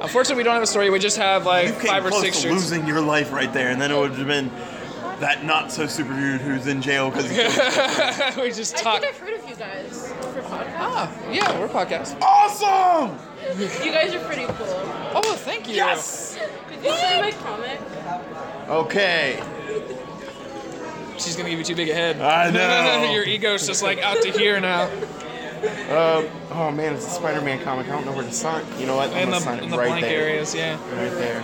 [SPEAKER 1] Unfortunately, we don't have a story. We just have like
[SPEAKER 3] you came
[SPEAKER 1] five or
[SPEAKER 3] close
[SPEAKER 1] six
[SPEAKER 3] to
[SPEAKER 1] shoots.
[SPEAKER 3] losing your life right there, and then it would have been that not so super dude who's in jail because
[SPEAKER 1] <laughs>
[SPEAKER 3] he's
[SPEAKER 1] we just
[SPEAKER 10] I
[SPEAKER 1] talk.
[SPEAKER 10] think I've heard of you guys for podcasts.
[SPEAKER 1] Ah, yeah, we're a podcast.
[SPEAKER 3] awesome.
[SPEAKER 10] You guys are pretty cool.
[SPEAKER 1] Oh, thank you.
[SPEAKER 3] Yes.
[SPEAKER 10] Could you say my comic?
[SPEAKER 3] Okay.
[SPEAKER 1] She's gonna give you too big a head. <laughs>
[SPEAKER 3] I know.
[SPEAKER 1] Your ego's just like out to here now.
[SPEAKER 3] Oh man, it's a Spider-Man comic. I don't know where to sign. You know what? I'm
[SPEAKER 1] In
[SPEAKER 3] gonna
[SPEAKER 1] the
[SPEAKER 3] sign
[SPEAKER 1] in
[SPEAKER 3] it
[SPEAKER 1] the
[SPEAKER 3] right
[SPEAKER 1] blank
[SPEAKER 3] there.
[SPEAKER 1] areas, yeah.
[SPEAKER 3] Right there.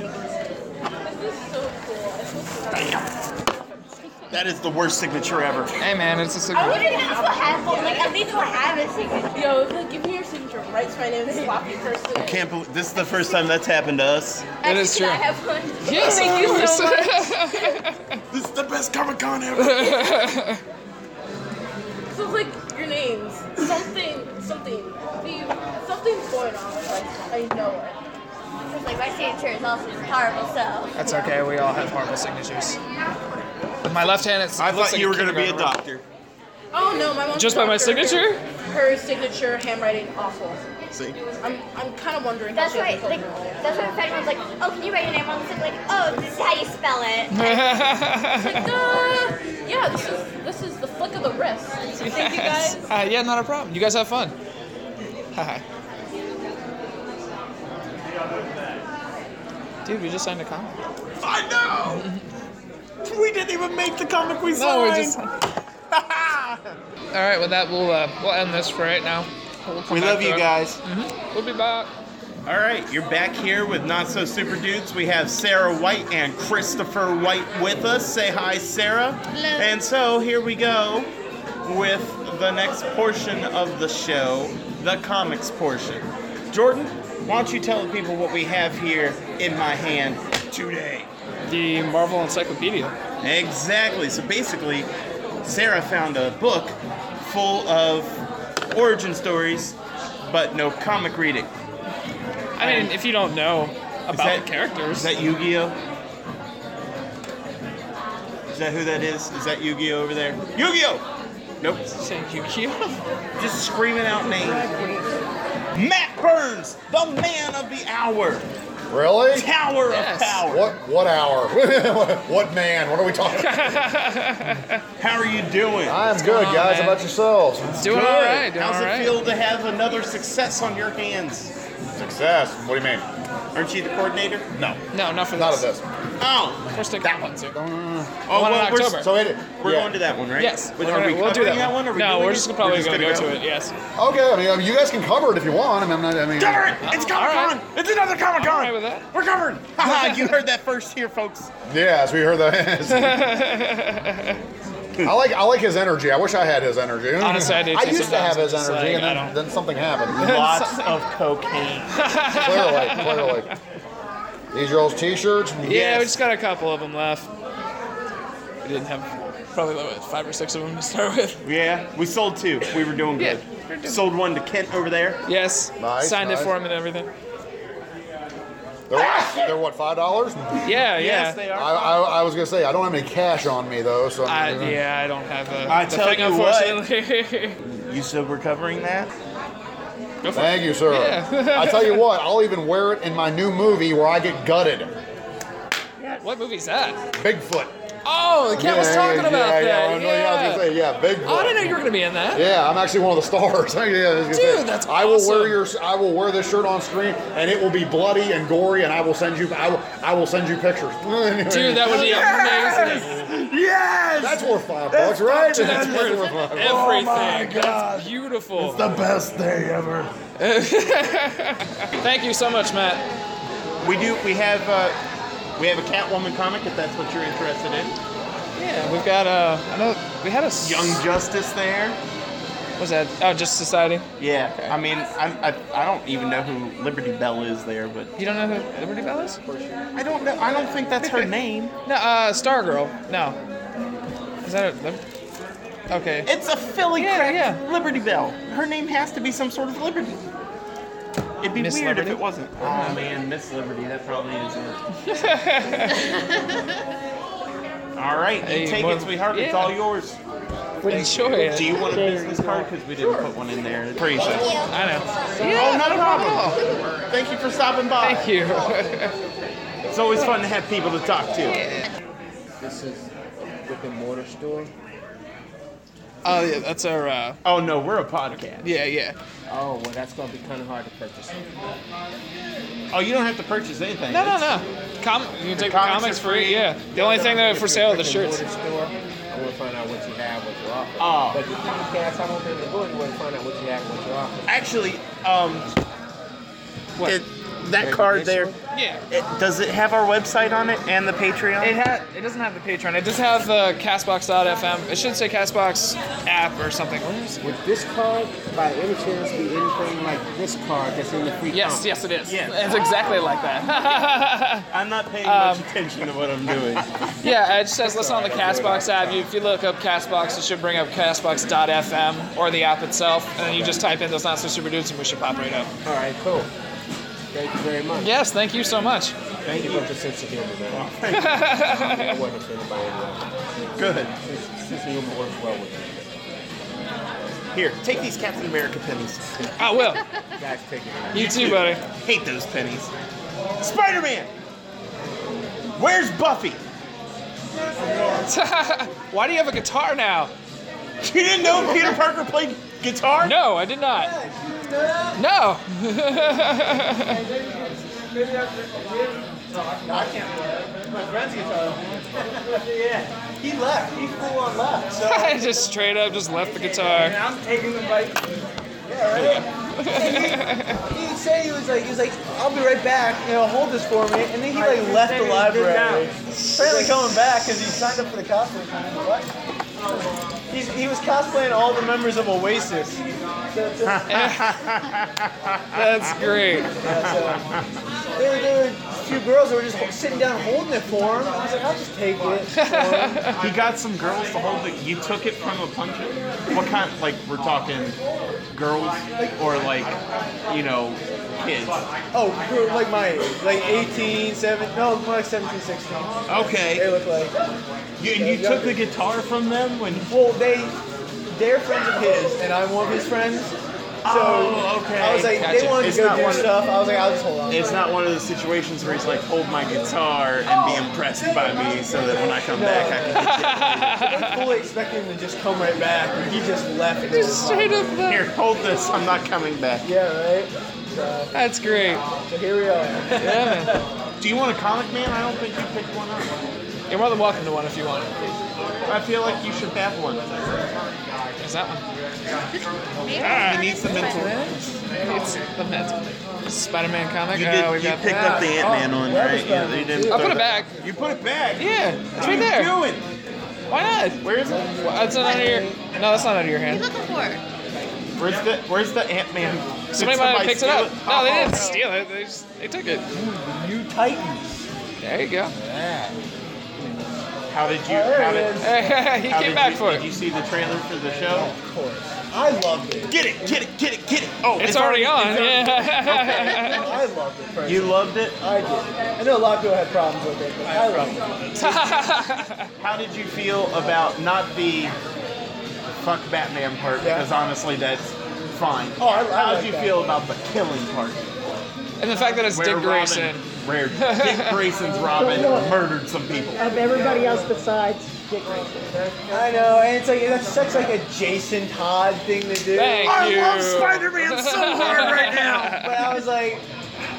[SPEAKER 10] This is so cool. I feel so
[SPEAKER 3] That is the worst signature ever.
[SPEAKER 1] Hey man, it's just
[SPEAKER 12] I
[SPEAKER 1] a
[SPEAKER 12] wouldn't even have one. Like, at least we'll have a signature.
[SPEAKER 10] Yo, if, like, give me your signature. Writes my name is sloppy person.
[SPEAKER 3] I can't believe this is the first time that's happened to us.
[SPEAKER 1] It is
[SPEAKER 12] Actually,
[SPEAKER 1] true.
[SPEAKER 12] I have one.
[SPEAKER 1] Yes, of
[SPEAKER 10] Thank you so
[SPEAKER 1] course.
[SPEAKER 3] This is the best Comic
[SPEAKER 1] <laughs>
[SPEAKER 3] Con ever.
[SPEAKER 10] So it's like your names, something, something, the- something's going on. Like I know it.
[SPEAKER 12] Because, like, my signature is also just horrible, so.
[SPEAKER 1] That's okay. We all have horrible signatures. With my left hand, it's.
[SPEAKER 3] I
[SPEAKER 1] looks
[SPEAKER 3] thought
[SPEAKER 1] like
[SPEAKER 3] you were gonna be a
[SPEAKER 1] kindergarten.
[SPEAKER 3] doctor.
[SPEAKER 10] Oh no, my mom's
[SPEAKER 1] Just by my
[SPEAKER 10] doctor,
[SPEAKER 1] <laughs> signature?
[SPEAKER 10] Her, her signature handwriting awful.
[SPEAKER 3] See?
[SPEAKER 10] I'm I'm kind of wondering.
[SPEAKER 12] That's
[SPEAKER 10] how she
[SPEAKER 12] why,
[SPEAKER 10] has a
[SPEAKER 12] like,
[SPEAKER 10] filter.
[SPEAKER 12] that's why my friend was like, oh, can you write your name on this? I'm like, oh, this is how you spell it.
[SPEAKER 10] Like, uh, yeah, this is this is the flick of the wrist. Thank you guys.
[SPEAKER 1] Uh, yeah, not a problem. You guys have fun. Haha. Dude, we just signed a comic.
[SPEAKER 3] I know. we didn't even make the comic we
[SPEAKER 1] No,
[SPEAKER 3] signed.
[SPEAKER 1] we just. All right, with that, we'll uh, we'll end this for right now. We'll come
[SPEAKER 3] We
[SPEAKER 1] back
[SPEAKER 3] love
[SPEAKER 1] to
[SPEAKER 3] you
[SPEAKER 1] it.
[SPEAKER 3] guys.
[SPEAKER 1] We'll be back.
[SPEAKER 3] All right, you're back here with Not So Super Dudes. We have Sarah White and Christopher White with us. Say hi, Sarah.
[SPEAKER 12] Hello.
[SPEAKER 3] And so here we go with the next portion of the show, the comics portion. Jordan, why don't you tell the people what we have here in my hand today?
[SPEAKER 1] The Marvel Encyclopedia.
[SPEAKER 3] Exactly. So basically, Sarah found a book full of origin stories, but no comic reading.
[SPEAKER 1] I mean, if you don't know about
[SPEAKER 3] that-
[SPEAKER 1] the characters,
[SPEAKER 3] Is that Yu-Gi-Oh? Is that who that is? Is that Yu-Gi-Oh over there? Yu-Gi-Oh! Nope.
[SPEAKER 1] Say Yu-Gi-Oh?
[SPEAKER 3] <laughs> Just screaming out names. Matt Burns, the man of the hour.
[SPEAKER 13] Really?
[SPEAKER 3] Tower of power.
[SPEAKER 13] What what hour? <laughs> what man? What are we talking?
[SPEAKER 1] <laughs>
[SPEAKER 3] How are you doing?
[SPEAKER 13] I'm good,
[SPEAKER 3] on,
[SPEAKER 13] guys.
[SPEAKER 3] man?
[SPEAKER 13] How about yourselves?
[SPEAKER 3] Good. How's it feel to have another success on your hands?
[SPEAKER 13] Success. What do you mean?
[SPEAKER 3] Aren't you the coordinator?
[SPEAKER 13] No.
[SPEAKER 1] No, not for
[SPEAKER 13] Not
[SPEAKER 1] this.
[SPEAKER 13] of this.
[SPEAKER 3] Oh,
[SPEAKER 1] we're sticking that one too. The
[SPEAKER 3] Oh,
[SPEAKER 1] one in
[SPEAKER 3] well, we're-
[SPEAKER 1] October.
[SPEAKER 13] so it-
[SPEAKER 3] We're
[SPEAKER 13] yeah.
[SPEAKER 3] going to that one, right?
[SPEAKER 1] Yes, we're
[SPEAKER 3] But are
[SPEAKER 1] gonna-
[SPEAKER 3] we
[SPEAKER 1] we'll do
[SPEAKER 3] covering
[SPEAKER 1] that
[SPEAKER 3] that
[SPEAKER 1] one.
[SPEAKER 3] one? Are we
[SPEAKER 1] No,
[SPEAKER 3] doing
[SPEAKER 1] we're
[SPEAKER 3] it?
[SPEAKER 1] just probably
[SPEAKER 3] We're just
[SPEAKER 1] gonna
[SPEAKER 3] gonna
[SPEAKER 1] go
[SPEAKER 3] go.
[SPEAKER 1] to it. Yes.
[SPEAKER 13] Okay. I mean, um, you guys can cover it if you want. I mean, I'm not. I mean.
[SPEAKER 3] Darn it! It's Comic Con! It's another Comic Con!
[SPEAKER 1] with that.
[SPEAKER 3] We're covered! Haha, <laughs> you heard that first here, folks.
[SPEAKER 13] Yeah, as we heard that. <laughs> I like I like his energy. I wish I had his energy.
[SPEAKER 1] Honestly, I do
[SPEAKER 13] I
[SPEAKER 1] too
[SPEAKER 13] used to have his
[SPEAKER 1] sometimes.
[SPEAKER 13] energy,
[SPEAKER 1] It's like,
[SPEAKER 13] and
[SPEAKER 1] I
[SPEAKER 13] then, then something happened. <laughs>
[SPEAKER 3] Lots of cocaine.
[SPEAKER 13] clearly, clearly. These are old T-shirts.
[SPEAKER 1] Yeah, we just got a couple of them left. We didn't have probably what, five or six of them to start with.
[SPEAKER 3] Yeah, we sold two. We were doing
[SPEAKER 1] Yeah,
[SPEAKER 3] good.
[SPEAKER 1] we're doing-
[SPEAKER 3] sold one to Kent over there.
[SPEAKER 1] Yes.
[SPEAKER 13] Nice,
[SPEAKER 1] Signed
[SPEAKER 13] nice.
[SPEAKER 1] it for him and everything.
[SPEAKER 13] They're, they're what five dollars?
[SPEAKER 1] Yeah, yeah.
[SPEAKER 13] I, I, I was gonna say I don't have any cash on me though, so
[SPEAKER 1] I,
[SPEAKER 13] I'm gonna-
[SPEAKER 1] yeah, I don't have a.
[SPEAKER 3] I
[SPEAKER 1] the
[SPEAKER 3] tell
[SPEAKER 1] thing,
[SPEAKER 3] you what.
[SPEAKER 1] unfortunately. <laughs>
[SPEAKER 3] You still recovering that?
[SPEAKER 1] Go for
[SPEAKER 13] Thank
[SPEAKER 1] it.
[SPEAKER 13] you, sir.
[SPEAKER 1] Yeah.
[SPEAKER 13] <laughs> I tell you what, I'll even wear it in my new movie where I get gutted.
[SPEAKER 1] What movie's that?
[SPEAKER 13] Bigfoot.
[SPEAKER 1] Oh, the cat was
[SPEAKER 13] Yeah,
[SPEAKER 1] talking
[SPEAKER 13] yeah,
[SPEAKER 1] about
[SPEAKER 13] yeah,
[SPEAKER 1] that.
[SPEAKER 13] Yeah, I was gonna say, yeah, Bigfoot.
[SPEAKER 1] Oh, I didn't know you were gonna be in that.
[SPEAKER 13] Yeah, I'm actually one of the stars. <laughs> yeah, I was gonna say,
[SPEAKER 1] Dude, that's
[SPEAKER 13] I will wear
[SPEAKER 1] awesome.
[SPEAKER 13] your I will wear this shirt on screen, and it will be bloody and gory, and I will send you I will I will send you pictures. <laughs>
[SPEAKER 1] Dude, that would be amazing.
[SPEAKER 3] Yes.
[SPEAKER 13] That's worth five bucks, right?
[SPEAKER 1] Dude,
[SPEAKER 13] <laughs>
[SPEAKER 1] that's worth
[SPEAKER 13] worth five bucks.
[SPEAKER 1] everything. That's beautiful.
[SPEAKER 13] the best day ever.
[SPEAKER 1] <laughs> Thank you so much, Matt.
[SPEAKER 3] We do. We have. Uh, we have a Catwoman comic if that's what you're interested in.
[SPEAKER 1] Yeah, we've got uh, I know we had a s-
[SPEAKER 3] Young Justice there.
[SPEAKER 1] Was that? Oh, just Society.
[SPEAKER 3] Yeah. I mean, I, I, I don't even know who Liberty Bell is there, but
[SPEAKER 1] You don't know who Liberty Bell is? No,
[SPEAKER 3] I don't know. I don't think that's her name.
[SPEAKER 1] uh, Stargirl. No. Is that a? Lib- Okay.
[SPEAKER 3] It's a Philly
[SPEAKER 1] Yeah,
[SPEAKER 3] crack
[SPEAKER 1] yeah.
[SPEAKER 3] Liberty Bell. Her name has to be some sort of Liberty. It'd be
[SPEAKER 1] Miss
[SPEAKER 3] weird
[SPEAKER 1] Liberty?
[SPEAKER 3] if it wasn't. Oh man, Miss Liberty, that probably is her. all right,
[SPEAKER 1] Hey,
[SPEAKER 3] you take
[SPEAKER 1] more-
[SPEAKER 3] it, sweetheart. It's
[SPEAKER 1] yeah.
[SPEAKER 3] all yours.
[SPEAKER 1] Enjoy it.
[SPEAKER 3] Do you want a business card? Because we didn't put one in there. Pretty sure.
[SPEAKER 1] I know.
[SPEAKER 3] oh, not a problem. Thank you for stopping by.
[SPEAKER 1] Thank you. Oh,
[SPEAKER 3] It's always fun to have people to talk to.
[SPEAKER 9] This is brick and mortar store.
[SPEAKER 1] Oh, yeah, that's our. Uh,
[SPEAKER 3] Oh no, we're a podcast.
[SPEAKER 1] yeah, yeah.
[SPEAKER 9] Oh, well, that's gonna be kind of hard to purchase.
[SPEAKER 3] Oh, you don't have to purchase anything.
[SPEAKER 1] No, no,
[SPEAKER 3] It's-
[SPEAKER 1] no. Com- you can take the
[SPEAKER 3] comics
[SPEAKER 1] comics,
[SPEAKER 3] are
[SPEAKER 1] free.
[SPEAKER 3] free.
[SPEAKER 1] Yeah. The only thing that are for sale are the
[SPEAKER 9] Brick and
[SPEAKER 1] shirts.
[SPEAKER 9] mortar Store. I want to find out what you have, what you offer.
[SPEAKER 3] Oh.
[SPEAKER 9] But the podcast, I don't think they go anywhere to find out what you have, what you offer.
[SPEAKER 3] Actually, um, it- that card there.
[SPEAKER 1] Yeah.
[SPEAKER 3] It, uh, does it have our website on it and the Patreon?
[SPEAKER 1] It ha- It doesn't have the Patreon. It does have uh, the Castbox.fm. It should say Castbox app or something. Where is it?
[SPEAKER 9] Would this card, by any chance, be anything like this card that's in the free
[SPEAKER 1] Yes,
[SPEAKER 9] comic?
[SPEAKER 1] yes, it is.
[SPEAKER 3] Yeah.
[SPEAKER 1] It's exactly like <laughs> that.
[SPEAKER 3] I'm not paying much attention to what I'm doing.
[SPEAKER 1] yeah, it just says listen on the Castbox app. You, if you look up Castbox, it should bring up Castbox.fm or the app itself. And then you just type in those not so super dudes and we should pop right up.
[SPEAKER 9] All right, cool. Thank you very much.
[SPEAKER 1] Yes, thank you so much.
[SPEAKER 9] Thank you for the sense of humor,
[SPEAKER 1] Oh.
[SPEAKER 9] <laughs> man. That wasn't offended by anyone.
[SPEAKER 3] Good.
[SPEAKER 9] Sense sense of humor works well with me.
[SPEAKER 3] <laughs> Here, take these Captain America pennies.
[SPEAKER 1] I will.
[SPEAKER 9] Guys, take it.
[SPEAKER 1] You too, buddy. <laughs>
[SPEAKER 3] Hate those pennies. Spider Man! Where's Buffy?
[SPEAKER 1] Why do you have a guitar now?
[SPEAKER 3] You didn't know Peter Parker played guitar?
[SPEAKER 1] No, I did not. No. <laughs>
[SPEAKER 14] My friend's guitar. yeah.
[SPEAKER 9] He left. He flew on left.
[SPEAKER 1] I just straight up just left the guitar.
[SPEAKER 14] I'm taking the bike.
[SPEAKER 1] There we go.
[SPEAKER 13] He would say he was like, he was like, I'll be right back. You know, hold this for me. And then he
[SPEAKER 9] I
[SPEAKER 13] like left the
[SPEAKER 9] consider it good
[SPEAKER 13] library.
[SPEAKER 9] now.
[SPEAKER 13] Apparently coming back because he signed up for the cosplay. thing. What? He's, he was cosplaying all the members of Oasis. That's
[SPEAKER 1] great. <laughs>
[SPEAKER 13] There, were- there were a few girls that were just ho- sitting down holding it for him. I was like, I'll just take
[SPEAKER 3] <laughs>
[SPEAKER 13] it. for him."
[SPEAKER 3] he got some girls to hold it. You took it from a puncher. What kind? Like we're talking girls or like you know kids?
[SPEAKER 13] Oh, we were like my age, like 18, 17, no, more like 17, 16.
[SPEAKER 3] Okay.
[SPEAKER 13] They look like.
[SPEAKER 3] You, and you took the guitar from them when?
[SPEAKER 13] Well, they, they're friends of his, and I'm one of his friends. So
[SPEAKER 3] Oh, okay.
[SPEAKER 13] I was like,
[SPEAKER 3] Gotcha.
[SPEAKER 13] they wanted
[SPEAKER 3] It's
[SPEAKER 13] to go
[SPEAKER 3] not
[SPEAKER 13] do
[SPEAKER 3] one of-
[SPEAKER 13] stuff. I was like, I'll just hold on.
[SPEAKER 3] It's not one of those situations where he's like, hold my guitar and be impressed by me, so that when I come
[SPEAKER 13] No.
[SPEAKER 3] back, I can.
[SPEAKER 13] I fully expected him to just come right back, and he just left. It was
[SPEAKER 1] straight up
[SPEAKER 3] Here, hold this. I'm not coming back.
[SPEAKER 13] Yeah, right. So,
[SPEAKER 1] That's great.
[SPEAKER 13] so here we are.
[SPEAKER 3] Do you want a comic, man? I don't think you picked one up.
[SPEAKER 1] You're more than welcome to one if you want.
[SPEAKER 3] I feel like you should have one.
[SPEAKER 1] Is that one?
[SPEAKER 3] Ah, I need some mental.
[SPEAKER 12] <laughs>
[SPEAKER 1] It's the mental. Spider-Man comic.
[SPEAKER 3] You,
[SPEAKER 1] uh,
[SPEAKER 3] did,
[SPEAKER 1] we've
[SPEAKER 3] you
[SPEAKER 1] got
[SPEAKER 3] picked
[SPEAKER 1] that.
[SPEAKER 3] up the Ant Man one, right? Yeah, you didn't
[SPEAKER 1] I
[SPEAKER 3] throw
[SPEAKER 1] put it
[SPEAKER 3] that-
[SPEAKER 1] back.
[SPEAKER 3] You put it back.
[SPEAKER 1] Yeah, it's right there.
[SPEAKER 3] What are you doing?
[SPEAKER 1] Why not?
[SPEAKER 3] Where is it?
[SPEAKER 1] That's not under your. No, that's not under your hand.
[SPEAKER 3] Where's the Where's the Ant Man?
[SPEAKER 1] Somebody might have picked it up. No, they
[SPEAKER 3] Uh-huh.
[SPEAKER 1] didn't steal it. They just they took it.
[SPEAKER 13] New Titans.
[SPEAKER 1] There you go. <laughs>
[SPEAKER 3] How did you?
[SPEAKER 13] Oh, there
[SPEAKER 3] How
[SPEAKER 13] it
[SPEAKER 3] did,
[SPEAKER 13] is.
[SPEAKER 1] He
[SPEAKER 3] how
[SPEAKER 1] came
[SPEAKER 3] did
[SPEAKER 1] back
[SPEAKER 3] you,
[SPEAKER 1] for
[SPEAKER 3] Did you see the trailer for the show?
[SPEAKER 13] Of course. I loved it.
[SPEAKER 3] Get it, get it, get it, get it. Oh,
[SPEAKER 1] It's already on,
[SPEAKER 3] it's already-
[SPEAKER 1] <laughs> yeah.
[SPEAKER 3] okay.
[SPEAKER 13] I loved it. Personally.
[SPEAKER 3] You loved it.
[SPEAKER 13] I did. I know a lot of people had problems with it, but I, loved it.
[SPEAKER 3] How did you feel about not the fuck Batman part? Because honestly, that's fine.
[SPEAKER 13] Oh, I- I
[SPEAKER 3] How
[SPEAKER 13] like
[SPEAKER 3] did you
[SPEAKER 13] that.
[SPEAKER 3] feel about the killing part?
[SPEAKER 1] And the fact that it's
[SPEAKER 3] Where
[SPEAKER 1] Dick
[SPEAKER 3] Robin-
[SPEAKER 1] Grayson. <laughs>
[SPEAKER 3] Where Dick Grayson's Robin murdered some people.
[SPEAKER 15] Of everybody else besides Dick Grayson.
[SPEAKER 13] I know, and it's like that's such like a Jason Todd thing to do.
[SPEAKER 1] Thank I you. love Spider-Man
[SPEAKER 13] so hard right now. But I was like,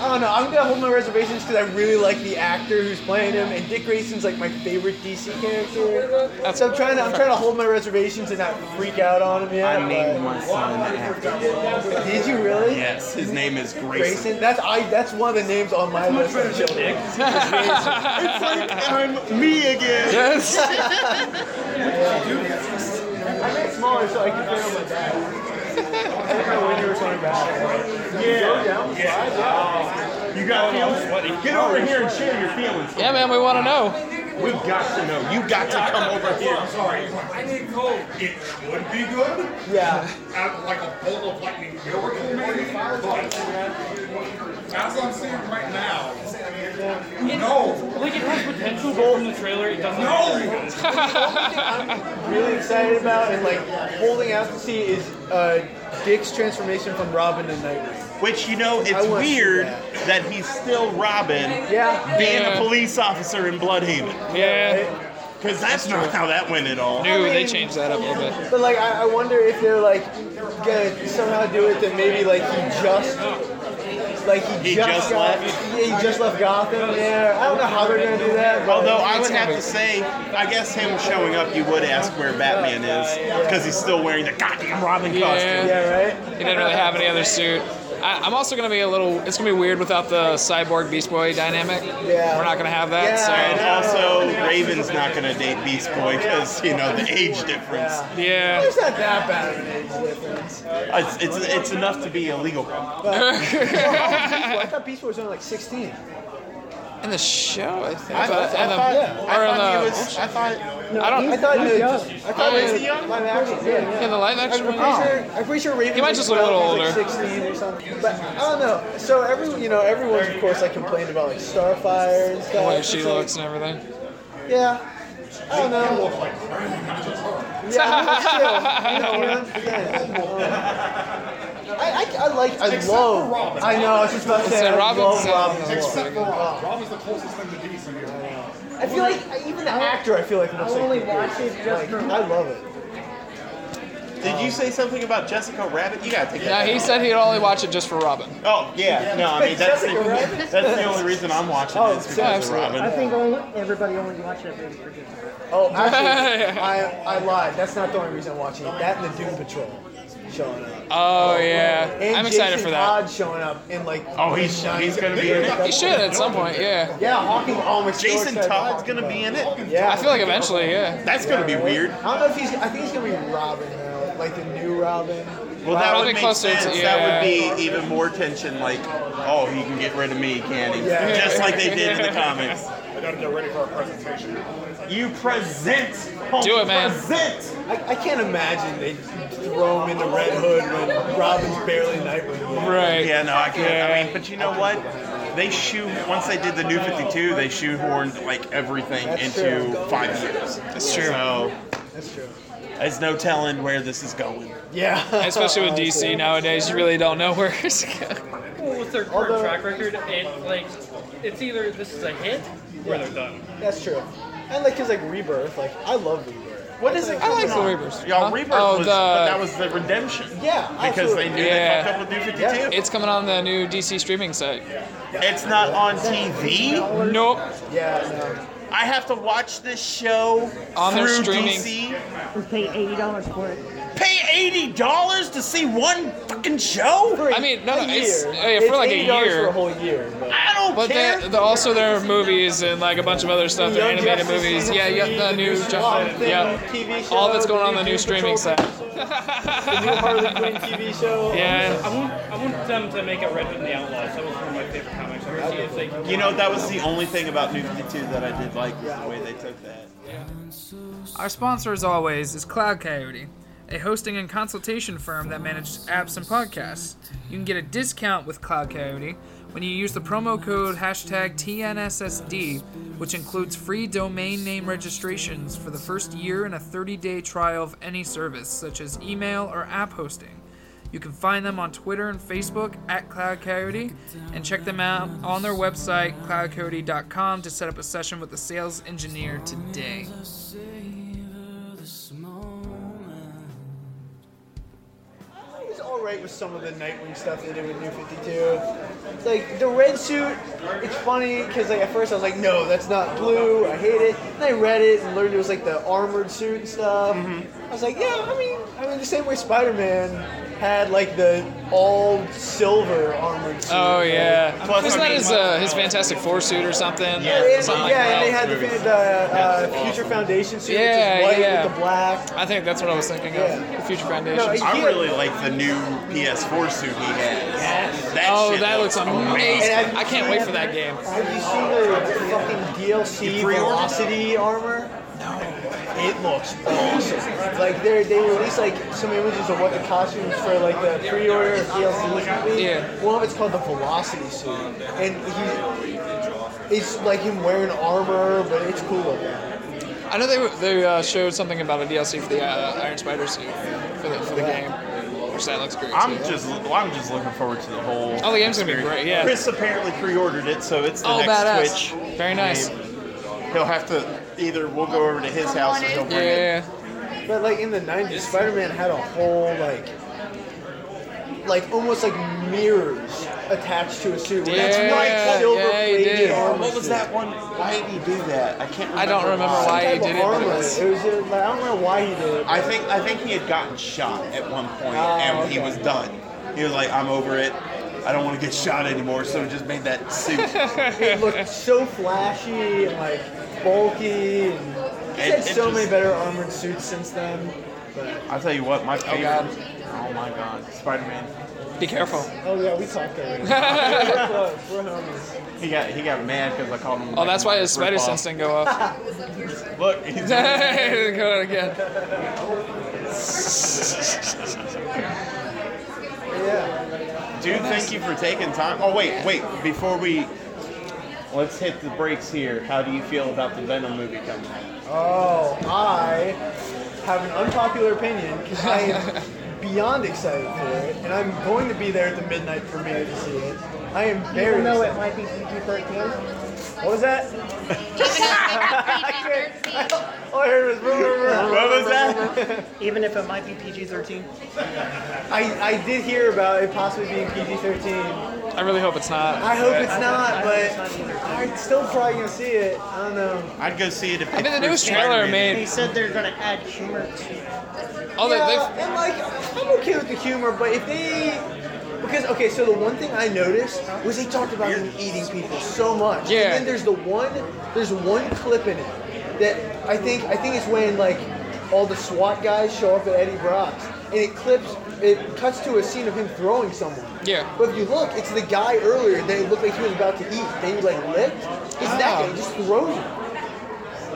[SPEAKER 13] I don't know. I'm gonna hold my reservations because I really like the actor who's playing him, and Dick Grayson's like my favorite DC character. So I'm trying to I'm trying to hold my reservations and not freak out on him yet.
[SPEAKER 3] I named my son after
[SPEAKER 13] but- Did you really?
[SPEAKER 3] Yes, his name is Grayson.
[SPEAKER 13] Grayson. That's I. That's one of the names on my list of children. it's like
[SPEAKER 3] I'm me again.
[SPEAKER 1] Yes.
[SPEAKER 13] I made it smaller so I could fit on my back. I didn't know when you were coming back.
[SPEAKER 3] Yeah.
[SPEAKER 13] Go down, slide down.
[SPEAKER 3] You got feelings? Get over here and share your feelings.
[SPEAKER 1] Yeah, man, we want to know.
[SPEAKER 3] We got to know. You got to come over here.
[SPEAKER 4] Sorry, I need cold. It would be good.
[SPEAKER 13] Yeah.
[SPEAKER 4] Out like a bolt of lightning miracle, maybe. But as I'm seeing right now, no.
[SPEAKER 16] Like it has potential, but from the trailer it doesn't.
[SPEAKER 13] No. Really excited about and like holding out to see is uh, Dick's transformation from Robin to Nightwing.
[SPEAKER 3] Which you know,
[SPEAKER 13] I
[SPEAKER 3] it's
[SPEAKER 13] wanna see
[SPEAKER 3] weird that. he's still Robin,
[SPEAKER 13] Yeah.
[SPEAKER 3] being
[SPEAKER 13] Yeah.
[SPEAKER 3] a police officer in Bloodhaven.
[SPEAKER 1] Yeah.
[SPEAKER 3] Because that's, not how that went at all.
[SPEAKER 1] No, they changed that up a little bit.
[SPEAKER 13] But like, I, I wonder if they're like gonna somehow do it that maybe like he just like he,
[SPEAKER 3] He just
[SPEAKER 13] got-
[SPEAKER 3] left?
[SPEAKER 13] Yeah, he just left Gotham. Yeah, I don't know how they're gonna do that. but-
[SPEAKER 3] Although I would have to say, I guess him showing up, you would ask where Batman is, because he's still wearing the goddamn Robin
[SPEAKER 1] Yeah.
[SPEAKER 3] costume.
[SPEAKER 1] He didn't really have any other suit. I, I'm also gonna be a little. It's gonna be weird without the cyborg Beast Boy dynamic.
[SPEAKER 13] Yeah.
[SPEAKER 1] We're not gonna have that. so.
[SPEAKER 3] And also, Raven's not going to date Beast Boy because, you know, the age difference.
[SPEAKER 1] Yeah.
[SPEAKER 13] It's not that bad of an age difference.
[SPEAKER 3] It's, it's, it's enough to be illegal.
[SPEAKER 13] But, Well, <laughs>
[SPEAKER 1] <laughs>
[SPEAKER 13] how old is Beast Boy? I thought Beast Boy was only like 16.
[SPEAKER 1] In the show, I think.
[SPEAKER 13] I
[SPEAKER 1] but-
[SPEAKER 13] thought- I
[SPEAKER 1] and the-
[SPEAKER 13] thought- yeah. I
[SPEAKER 1] or in
[SPEAKER 13] thought
[SPEAKER 1] the,
[SPEAKER 13] he was-
[SPEAKER 3] I thought.
[SPEAKER 1] I don't.
[SPEAKER 13] I thought
[SPEAKER 1] he
[SPEAKER 13] it was. I thought
[SPEAKER 1] Oh,
[SPEAKER 13] it
[SPEAKER 1] is
[SPEAKER 13] was
[SPEAKER 1] he young?
[SPEAKER 13] live action. Yeah, yeah.
[SPEAKER 1] In the live action one?
[SPEAKER 13] I'm, I'm pretty sure. I'm pretty sure Raven.
[SPEAKER 1] He might just look a little
[SPEAKER 13] Like
[SPEAKER 1] older.
[SPEAKER 13] 16 or something. But I don't know. So every, you know, everyone's of course like complaining about like Starfire and stuff.
[SPEAKER 1] the way
[SPEAKER 13] It's
[SPEAKER 1] she
[SPEAKER 13] like,
[SPEAKER 1] looks and everything.
[SPEAKER 13] Yeah. I don't know. Yeah, I mean, it's still, you know,
[SPEAKER 4] <laughs>
[SPEAKER 13] we're not- yeah. I, I, I like, I love. I know, I was just about to say, I love Robin.
[SPEAKER 4] Except for Rob. Rob is the closest thing to decent here.
[SPEAKER 13] I feel like even the actor, I feel like looks
[SPEAKER 4] I only
[SPEAKER 13] like,
[SPEAKER 4] watch it just
[SPEAKER 13] like,
[SPEAKER 4] for-
[SPEAKER 13] I love it.
[SPEAKER 3] Did you say something about Jessica Rabbit? You got to take
[SPEAKER 1] No,
[SPEAKER 3] that.
[SPEAKER 1] he said he'd only watch it just for Robin.
[SPEAKER 3] Oh, yeah. No, I mean, that's the,
[SPEAKER 13] Jessica Rabbit?
[SPEAKER 3] that's the only reason I'm watching
[SPEAKER 13] Oh,
[SPEAKER 3] this
[SPEAKER 13] yeah,
[SPEAKER 3] because of
[SPEAKER 13] absolutely.
[SPEAKER 3] Robin.
[SPEAKER 15] I think only, everybody only watched that movie for Jessica.
[SPEAKER 1] <laughs>
[SPEAKER 13] Oh, actually, I, I lied. That's not the only reason I'm watching it. That and the Doom Patrol. showing up.
[SPEAKER 1] Oh yeah,
[SPEAKER 13] And
[SPEAKER 1] I'm excited
[SPEAKER 13] Jason
[SPEAKER 1] for that.
[SPEAKER 13] Todd showing up in like.
[SPEAKER 1] Oh, he's-
[SPEAKER 13] in nine-
[SPEAKER 1] he's gonna be in it. He should at some point, yeah.
[SPEAKER 13] Yeah, Hawking. Oh, I'm so
[SPEAKER 3] Jason
[SPEAKER 13] excited for
[SPEAKER 3] Todd's
[SPEAKER 13] Hawking
[SPEAKER 3] gonna be in
[SPEAKER 13] Hawking.
[SPEAKER 3] it?
[SPEAKER 13] Yeah,
[SPEAKER 3] I feel like eventually, yeah. That's gonna be
[SPEAKER 13] right?
[SPEAKER 3] weird.
[SPEAKER 13] I don't know if he's. I think he's gonna be Robin now, like the new Robin.
[SPEAKER 3] Well, that
[SPEAKER 13] Robin
[SPEAKER 3] would make
[SPEAKER 13] closer to-
[SPEAKER 3] sense. That would be even more tension. Like, oh, he can get rid of me, can he?
[SPEAKER 17] Yeah.
[SPEAKER 3] Just like they did in the comics.
[SPEAKER 17] I gotta get ready for our presentation.
[SPEAKER 3] You present.
[SPEAKER 13] Do it,
[SPEAKER 3] man.
[SPEAKER 13] I, I can't imagine they throw him in the Red Hood when Robin's barely Nightwing.
[SPEAKER 3] Yeah, no, I can't. I mean, but you know what? They shoe once they did the New Fifty Two, they shoehorned like everything
[SPEAKER 13] That's
[SPEAKER 3] into
[SPEAKER 13] true.
[SPEAKER 3] five years.
[SPEAKER 13] That's true.
[SPEAKER 3] So
[SPEAKER 13] That's true.
[SPEAKER 3] there's no telling where this is going.
[SPEAKER 13] Yeah.
[SPEAKER 1] <laughs> Especially with DC nowadays, you really don't know <laughs> where it's going.
[SPEAKER 9] Well, with their current track record, it like it's either this is a hit or they're done.
[SPEAKER 13] <laughs> That's true. And like, cause like Rebirth, like I love Rebirth.
[SPEAKER 3] What is it? coming on? Y'all, Rebirth
[SPEAKER 1] Oh,
[SPEAKER 3] was, but that was the redemption.
[SPEAKER 13] Yeah,
[SPEAKER 3] because they knew
[SPEAKER 1] Yeah.
[SPEAKER 3] they fucked up with New Fifty Two.
[SPEAKER 1] It's coming on the new DC streaming site.
[SPEAKER 3] It's not on TV.
[SPEAKER 1] Nope.
[SPEAKER 13] Yeah.
[SPEAKER 3] I have to watch this show
[SPEAKER 1] On their
[SPEAKER 3] through
[SPEAKER 1] streaming.
[SPEAKER 3] DC.
[SPEAKER 15] We paid eighty dollars for it.
[SPEAKER 3] Pay eighty dollars to see one fucking show?
[SPEAKER 1] I mean, no, it's, yeah, for like a year. <laughs>
[SPEAKER 13] year.
[SPEAKER 3] I don't
[SPEAKER 1] But
[SPEAKER 3] care.
[SPEAKER 1] they, the, also their movies and like a bunch of other stuff, their
[SPEAKER 13] Young
[SPEAKER 1] animated
[SPEAKER 13] Justice
[SPEAKER 1] movies.
[SPEAKER 13] season
[SPEAKER 1] Yeah, yeah,
[SPEAKER 13] three,
[SPEAKER 1] the new
[SPEAKER 13] the new Swamp
[SPEAKER 1] Justice.
[SPEAKER 13] Thing
[SPEAKER 1] Yeah,
[SPEAKER 13] TV show,
[SPEAKER 1] all that's going on
[SPEAKER 13] the
[SPEAKER 1] the
[SPEAKER 13] new
[SPEAKER 1] new streaming
[SPEAKER 13] Patrol
[SPEAKER 1] site.
[SPEAKER 13] the new Harley Quinn TV show.
[SPEAKER 1] Yeah.
[SPEAKER 9] I want I want them to make a Red Hood and the Outlaws. That was one of my favorite comics. I've ever seen. It's like
[SPEAKER 3] You know, that was the only thing about New 52 that I did like was the way they took that.
[SPEAKER 1] Our sponsor, as always, is Cloud Coyote, a hosting and consultation firm that manages apps and podcasts. You can get a discount with Cloud Coyote when you use the promo code hashtag TNSSD, which includes free domain name registrations for the first year and a 30 day trial of any service, such as email or app hosting. You can find them on Twitter and Facebook at Cloud Coyote and check them out on their website, cloudcoyote.com, to set up a session with a sales engineer today.
[SPEAKER 13] I was alright with some of the Nightwing stuff they did with New 52. Like the red suit, it's funny because like at first I was like, no, that's not blue. I hate it. And I read it and learned it was like the armored suit and stuff.
[SPEAKER 1] Mm-hmm.
[SPEAKER 13] I was like, yeah, I mean, I mean the same way Spider-Man had like the all silver armored suit.
[SPEAKER 1] Oh yeah.
[SPEAKER 13] Like,
[SPEAKER 1] Wasn't that his uh, his Fantastic Four suit or something?
[SPEAKER 13] Yeah, and,
[SPEAKER 1] Something like
[SPEAKER 13] yeah,
[SPEAKER 1] that.
[SPEAKER 13] and they had the, fan- the uh, Future Foundation suit,
[SPEAKER 1] Yeah,
[SPEAKER 13] which is white
[SPEAKER 1] yeah.
[SPEAKER 13] with the black.
[SPEAKER 1] I think that's what I was thinking of. The Future Foundation.
[SPEAKER 3] I really like the new PS4 suit he has. That
[SPEAKER 1] Oh,
[SPEAKER 3] shit
[SPEAKER 1] that looks amazing!
[SPEAKER 13] And I've-
[SPEAKER 1] I can't wait for that game.
[SPEAKER 13] Have you seen the fucking DLC Velocity armor? No. It looks awesome. Like they they released like some images of what the costumes for like the pre-order of DLC would be.
[SPEAKER 1] Yeah.
[SPEAKER 13] One of it's called the Velocity suit, and he, it's like him wearing armor, but it's cool looking.
[SPEAKER 1] I know they were- they uh, showed something about a DLC for the uh, Iron Spider suit for the for the game, which that looks great.
[SPEAKER 3] I'm
[SPEAKER 1] too.
[SPEAKER 3] just, well, I'm just looking forward to the whole.
[SPEAKER 1] Oh, the game's gonna be
[SPEAKER 3] experience.
[SPEAKER 1] great, yeah.
[SPEAKER 3] Chris apparently pre-ordered it, so it's the
[SPEAKER 1] Oh,
[SPEAKER 3] next
[SPEAKER 1] badass.
[SPEAKER 3] Switch.
[SPEAKER 1] Very nice.
[SPEAKER 3] game. He'll have to either we'll go over to his house or he'll bring it.
[SPEAKER 13] But like in the '90s, Spider-Man had a whole like. Like almost like mirrors attached to a suit. where
[SPEAKER 3] That's
[SPEAKER 13] it's like
[SPEAKER 3] right.
[SPEAKER 13] silver
[SPEAKER 3] yeah, he
[SPEAKER 13] plated
[SPEAKER 3] did.
[SPEAKER 13] armor
[SPEAKER 3] What was
[SPEAKER 13] suit.
[SPEAKER 3] that one? Why did he do that? I can't. remember
[SPEAKER 1] I don't remember why he did it, but it was-
[SPEAKER 13] It was just, like, I don't know why he did it.
[SPEAKER 3] I think I think he had gotten shot at one point
[SPEAKER 13] Oh,
[SPEAKER 3] and he
[SPEAKER 13] okay.
[SPEAKER 3] was done. He was like, "I'm over it. I don't want to get shot anymore." So he just made that
[SPEAKER 1] <laughs>
[SPEAKER 3] suit.
[SPEAKER 13] it looked so flashy and like bulky. And he's
[SPEAKER 3] It-
[SPEAKER 13] had
[SPEAKER 3] it
[SPEAKER 13] so
[SPEAKER 3] just-
[SPEAKER 13] many better armored suits since then. But
[SPEAKER 3] I'll tell you what, my favorite.
[SPEAKER 1] God.
[SPEAKER 3] oh my God, Spider-Man.
[SPEAKER 1] Be careful. <laughs>
[SPEAKER 13] oh yeah, we talked already. We're close. We're homies.
[SPEAKER 3] He got he got mad because I called him.
[SPEAKER 1] Oh, that's why his spider
[SPEAKER 3] rip-off.
[SPEAKER 1] sense didn't go <laughs> off.
[SPEAKER 3] Look, he's
[SPEAKER 1] Go
[SPEAKER 3] <laughs>
[SPEAKER 1] on again.
[SPEAKER 3] Dude, thank you for taking time. Oh wait, wait. Before we, let's hit the breaks here. How do you feel about the Venom movie coming out?
[SPEAKER 13] Oh, I have an unpopular opinion because I am beyond excited for it, and I'm going to be there at the midnight premiere to see it. I am very.
[SPEAKER 15] Even though it
[SPEAKER 13] excited.
[SPEAKER 15] might be PG-13.
[SPEAKER 13] What was that? <laughs> All I heard was.
[SPEAKER 3] What was
[SPEAKER 13] that?
[SPEAKER 15] Even if it might be PG-13.
[SPEAKER 13] I, I did hear about it possibly being PG-13,
[SPEAKER 1] I really hope it's not.
[SPEAKER 13] I hope it's not, but I'm still probably gonna see it. I don't know.
[SPEAKER 3] I'd go see it if
[SPEAKER 1] I mean, the newest trailer
[SPEAKER 9] They
[SPEAKER 1] made.
[SPEAKER 9] said they're gonna add humor to it.
[SPEAKER 1] Oh, they-
[SPEAKER 13] yeah,
[SPEAKER 1] they've-
[SPEAKER 13] and like I'm okay with the humor, but if they because okay, so the one thing I noticed was they talked about him eating people so much.
[SPEAKER 1] Yeah.
[SPEAKER 13] And then there's the one there's one clip in it that I think I think it's when like all the SWAT guys show up at Eddie Brock's and it clips it cuts to a scene of him throwing someone.
[SPEAKER 1] Yeah.
[SPEAKER 13] But if you look, it's the guy earlier that looked like he was about to eat. They like licked. It's that guy. He just throws him.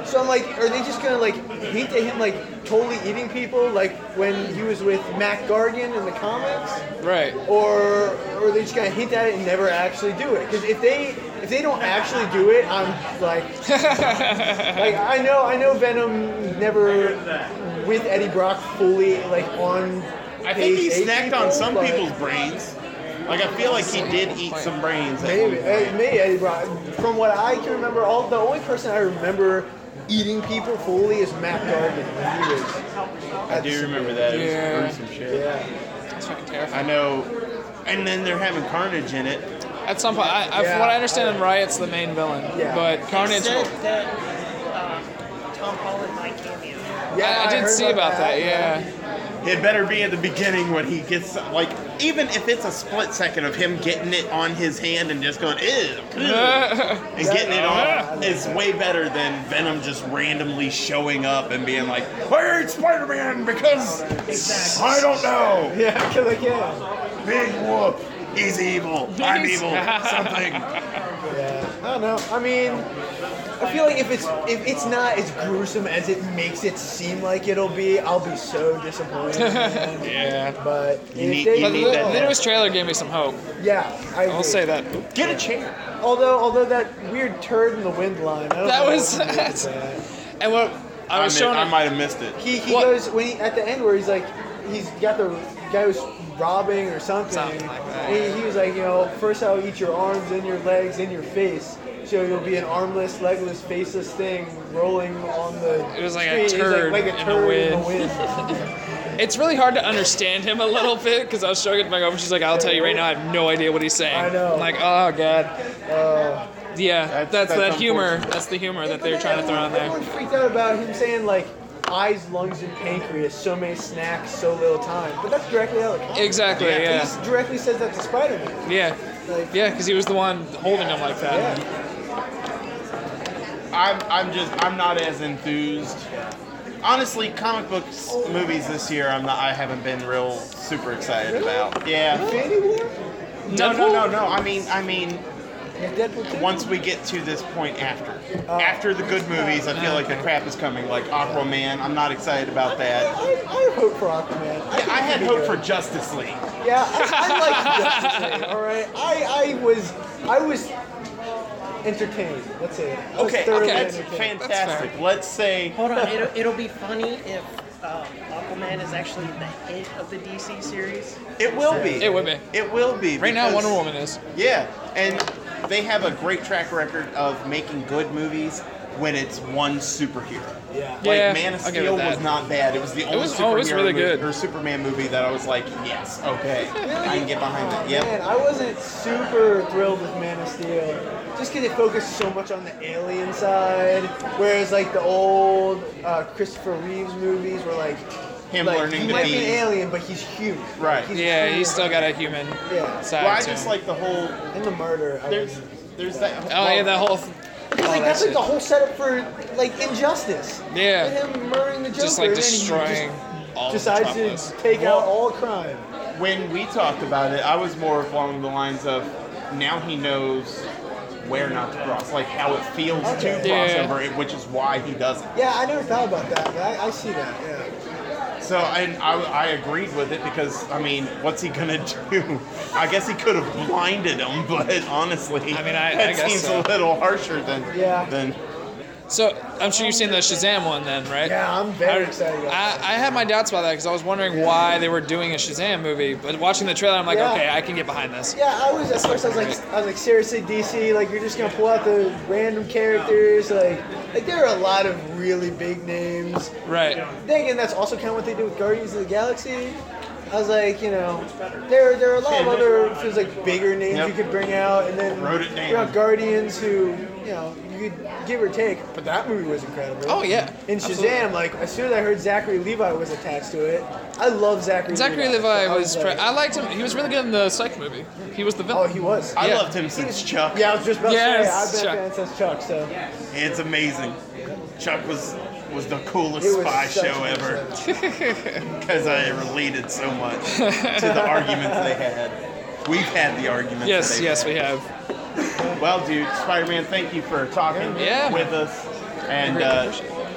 [SPEAKER 13] So I'm like, are they just gonna like hint at him like totally eating people like when he was with Matt Gargan in the comics,
[SPEAKER 1] Right.
[SPEAKER 13] or or are they just gonna hint at it and never actually do it? Because if they if they don't actually do it, I'm like, like I know I know Venom never with Eddie Brock fully like on.
[SPEAKER 3] I think he
[SPEAKER 13] page eight
[SPEAKER 3] snacked on
[SPEAKER 13] people,
[SPEAKER 3] some
[SPEAKER 13] but-
[SPEAKER 3] people's brains. Like I feel like he did eat some brains. at
[SPEAKER 13] Maybe,
[SPEAKER 3] one
[SPEAKER 13] hey, maybe Eddie Brock. From what I can remember, all the only person I remember eating people fully is Matt Gargan. when he was-
[SPEAKER 3] I do remember that. It was
[SPEAKER 13] Yeah.
[SPEAKER 3] gruesome shit.
[SPEAKER 13] Yeah.
[SPEAKER 1] That's fucking terrifying.
[SPEAKER 3] I know. And then they're having Carnage in it.
[SPEAKER 1] At some point, I, I, from what I understand, in Riot's the main villain. But Carnage.
[SPEAKER 9] They said that um, Tom Holland might cameo.
[SPEAKER 1] Yeah, I, I did see about that. yeah. <laughs>
[SPEAKER 3] It better be at the beginning when he gets like, even if it's a split second of him getting it on his hand and just going ew, ew," and getting it off is way better than Venom just randomly showing up and being like, I hate Spider-Man because I don't know.
[SPEAKER 13] <laughs> Yeah, kill it, yeah.
[SPEAKER 3] Big whoop. He's evil. I'm
[SPEAKER 13] He's-
[SPEAKER 3] evil. Something.
[SPEAKER 13] I don't know. I mean, I feel like if it's if it's not as gruesome as it makes it seem like it'll be, I'll be so
[SPEAKER 1] <laughs>
[SPEAKER 13] disappointed.
[SPEAKER 1] yeah.
[SPEAKER 13] But if they
[SPEAKER 1] but
[SPEAKER 13] do-
[SPEAKER 1] the, the newest trailer gave me some hope.
[SPEAKER 13] Yeah, I
[SPEAKER 1] will
[SPEAKER 13] agree.
[SPEAKER 1] say that.
[SPEAKER 3] Get a chair.
[SPEAKER 13] Although, although that weird turd in the wind line. I don't
[SPEAKER 1] That
[SPEAKER 13] know
[SPEAKER 1] was. <laughs>
[SPEAKER 13] what to do with that.
[SPEAKER 1] and what I was showing.
[SPEAKER 3] I might have missed it.
[SPEAKER 13] He, he goes when he at the end where he's like he's got the guy who's robbing or something. And he, he was like, you know, first I'll eat your arms and your legs and your face. So you'll be an armless, legless, faceless thing rolling on the
[SPEAKER 1] It was like
[SPEAKER 13] street.
[SPEAKER 1] a
[SPEAKER 13] He's
[SPEAKER 1] turd,
[SPEAKER 13] like, a turd in the wind.
[SPEAKER 1] it's really hard to understand him a little bit because I was showing it to my girlfriend. She's like, "I'll tell you right now, I have no idea what he's saying." I know. Oh. am like, oh god. yeah, that's,
[SPEAKER 13] that's
[SPEAKER 1] that humor. That's the humor <laughs> that they're trying to throw on
[SPEAKER 13] Everyone
[SPEAKER 1] there.
[SPEAKER 13] freaked out about him saying like eyes, lungs, and pancreas, so many snacks, so little time. But that's directly out of the comic.
[SPEAKER 1] Exactly, yeah.
[SPEAKER 13] He directly says that to Spider-Man.
[SPEAKER 1] Yeah, yeah, because he was the one holding him like that.
[SPEAKER 3] I'm, I'm just I'm not as enthused. Honestly, comic books movies this year I'm not I haven't been real super excited about. Yeah. No, no, no, no. I mean I mean once we get to this point after. After the good movies, I feel like the crap is coming, like Aquaman. I'm not excited about that.
[SPEAKER 13] I, I hope for Aquaman. I,
[SPEAKER 3] I had hope for Justice League.
[SPEAKER 13] Yeah,
[SPEAKER 3] <laughs>
[SPEAKER 13] I, I like Justice League. All right, I, I was I was entertained. Let's say that. I was
[SPEAKER 3] Okay,
[SPEAKER 13] thoroughly
[SPEAKER 3] okay, that's
[SPEAKER 13] entertained.
[SPEAKER 3] fantastic. Let's say
[SPEAKER 9] Hold on, it'll, it'll be funny if um, Aquaman is actually the hit of the DC series.
[SPEAKER 3] It will be.
[SPEAKER 9] It
[SPEAKER 1] will be.
[SPEAKER 3] It will be.
[SPEAKER 1] Right now,
[SPEAKER 3] because-
[SPEAKER 1] Wonder Woman is.
[SPEAKER 3] Yeah, and they have a great track record of making good movies when it's one superhero.
[SPEAKER 13] Yeah.
[SPEAKER 3] Like
[SPEAKER 1] Yeah,
[SPEAKER 3] Man of
[SPEAKER 1] I'll give it
[SPEAKER 3] Steel
[SPEAKER 1] that.
[SPEAKER 3] was not bad. It was the
[SPEAKER 1] It
[SPEAKER 3] only
[SPEAKER 1] was-
[SPEAKER 3] superhero
[SPEAKER 1] oh, it was really
[SPEAKER 3] movie,
[SPEAKER 1] good.
[SPEAKER 3] or Superman movie that I was like, yes, okay, I can get behind that. Yep.
[SPEAKER 13] Man, I wasn't super thrilled with Man of Steel, just because it focused so much on the alien side, whereas like the old uh, Christopher Reeves movies were like
[SPEAKER 3] Him
[SPEAKER 13] like,
[SPEAKER 3] learning
[SPEAKER 13] he
[SPEAKER 3] to
[SPEAKER 13] might
[SPEAKER 3] be-
[SPEAKER 13] an alien, but he's human.
[SPEAKER 3] Right.
[SPEAKER 1] Yeah, he's still got a human
[SPEAKER 13] Yeah.
[SPEAKER 1] side.
[SPEAKER 3] well, I
[SPEAKER 1] to
[SPEAKER 3] just
[SPEAKER 1] him.
[SPEAKER 3] like the whole.
[SPEAKER 13] And the murder.
[SPEAKER 3] There's, there's that.
[SPEAKER 1] Oh yeah, that whole. Th-
[SPEAKER 13] Because
[SPEAKER 1] all
[SPEAKER 13] like
[SPEAKER 1] that
[SPEAKER 13] that's like
[SPEAKER 1] shit.
[SPEAKER 13] the whole setup for like injustice.
[SPEAKER 1] Yeah.
[SPEAKER 13] And him murdering the Joker.
[SPEAKER 1] Just like
[SPEAKER 13] and then he
[SPEAKER 1] destroying all
[SPEAKER 13] just
[SPEAKER 1] the
[SPEAKER 13] decides
[SPEAKER 1] topless.
[SPEAKER 13] to take
[SPEAKER 3] Well-
[SPEAKER 13] out all crime.
[SPEAKER 3] When we talked about it, I was more along the lines of now he knows where not to cross, like how it feels
[SPEAKER 13] Okay.
[SPEAKER 3] to cross
[SPEAKER 13] Yeah.
[SPEAKER 3] over it, which is why he does it.
[SPEAKER 13] Yeah, I never thought about that. but I, I see that. Yeah.
[SPEAKER 3] So and I, I agreed with it because I mean, what's he gonna <laughs> do? I guess he could have blinded him, <laughs> but honestly, I mean,
[SPEAKER 1] I- I
[SPEAKER 3] that
[SPEAKER 1] guess
[SPEAKER 3] seems
[SPEAKER 1] so.
[SPEAKER 3] a little harsher than
[SPEAKER 13] Yeah.
[SPEAKER 3] than.
[SPEAKER 1] So I'm sure you've seen the Shazam one then, right?
[SPEAKER 13] Yeah, I'm very
[SPEAKER 1] I,
[SPEAKER 13] excited about
[SPEAKER 1] I, I had my doubts about that because I was wondering why they were doing a Shazam movie, but watching the trailer, I'm like,
[SPEAKER 13] Yeah.
[SPEAKER 1] okay, I can get behind this.
[SPEAKER 13] Yeah, I was at first. I was like, I was like, seriously, DC, like you're just gonna pull out the random characters, like, like there are a lot of really big names.
[SPEAKER 1] Right.
[SPEAKER 13] Then again, that's also kind of what they did with Guardians of the Galaxy. I was like, you know, there there are a lot of other feels like bigger names you could bring out, and then
[SPEAKER 3] Wrote it
[SPEAKER 13] you know,
[SPEAKER 3] down.
[SPEAKER 13] Guardians who you know you could give or take, but that movie was incredible.
[SPEAKER 1] Oh, yeah.
[SPEAKER 13] In Shazam,
[SPEAKER 1] Absolutely.
[SPEAKER 13] like as soon as I heard Zachary Levi was attached to it, I love Zachary.
[SPEAKER 1] Zachary
[SPEAKER 13] Levi,
[SPEAKER 1] Levi
[SPEAKER 13] so I
[SPEAKER 1] was. Pre- I liked him. He was really good in the Psych movie. He was the villain. Oh,
[SPEAKER 13] he was.
[SPEAKER 1] I
[SPEAKER 3] loved him since Chuck.
[SPEAKER 13] Yeah, I was just about
[SPEAKER 1] Yes,
[SPEAKER 13] to say I've
[SPEAKER 1] Chuck.
[SPEAKER 13] been a fan since Chuck. So
[SPEAKER 3] It's amazing. Chuck was was the coolest
[SPEAKER 13] It was
[SPEAKER 3] spy
[SPEAKER 13] such
[SPEAKER 3] show
[SPEAKER 13] a good <laughs>
[SPEAKER 3] ever because I related so much to the arguments they had. We've had the arguments.
[SPEAKER 1] Yes,
[SPEAKER 3] they've
[SPEAKER 1] yes,
[SPEAKER 3] had.
[SPEAKER 1] we have.
[SPEAKER 3] Well, dude, Spider-Man, thank you for talking
[SPEAKER 1] Yeah.
[SPEAKER 3] with us and
[SPEAKER 1] Really
[SPEAKER 3] uh,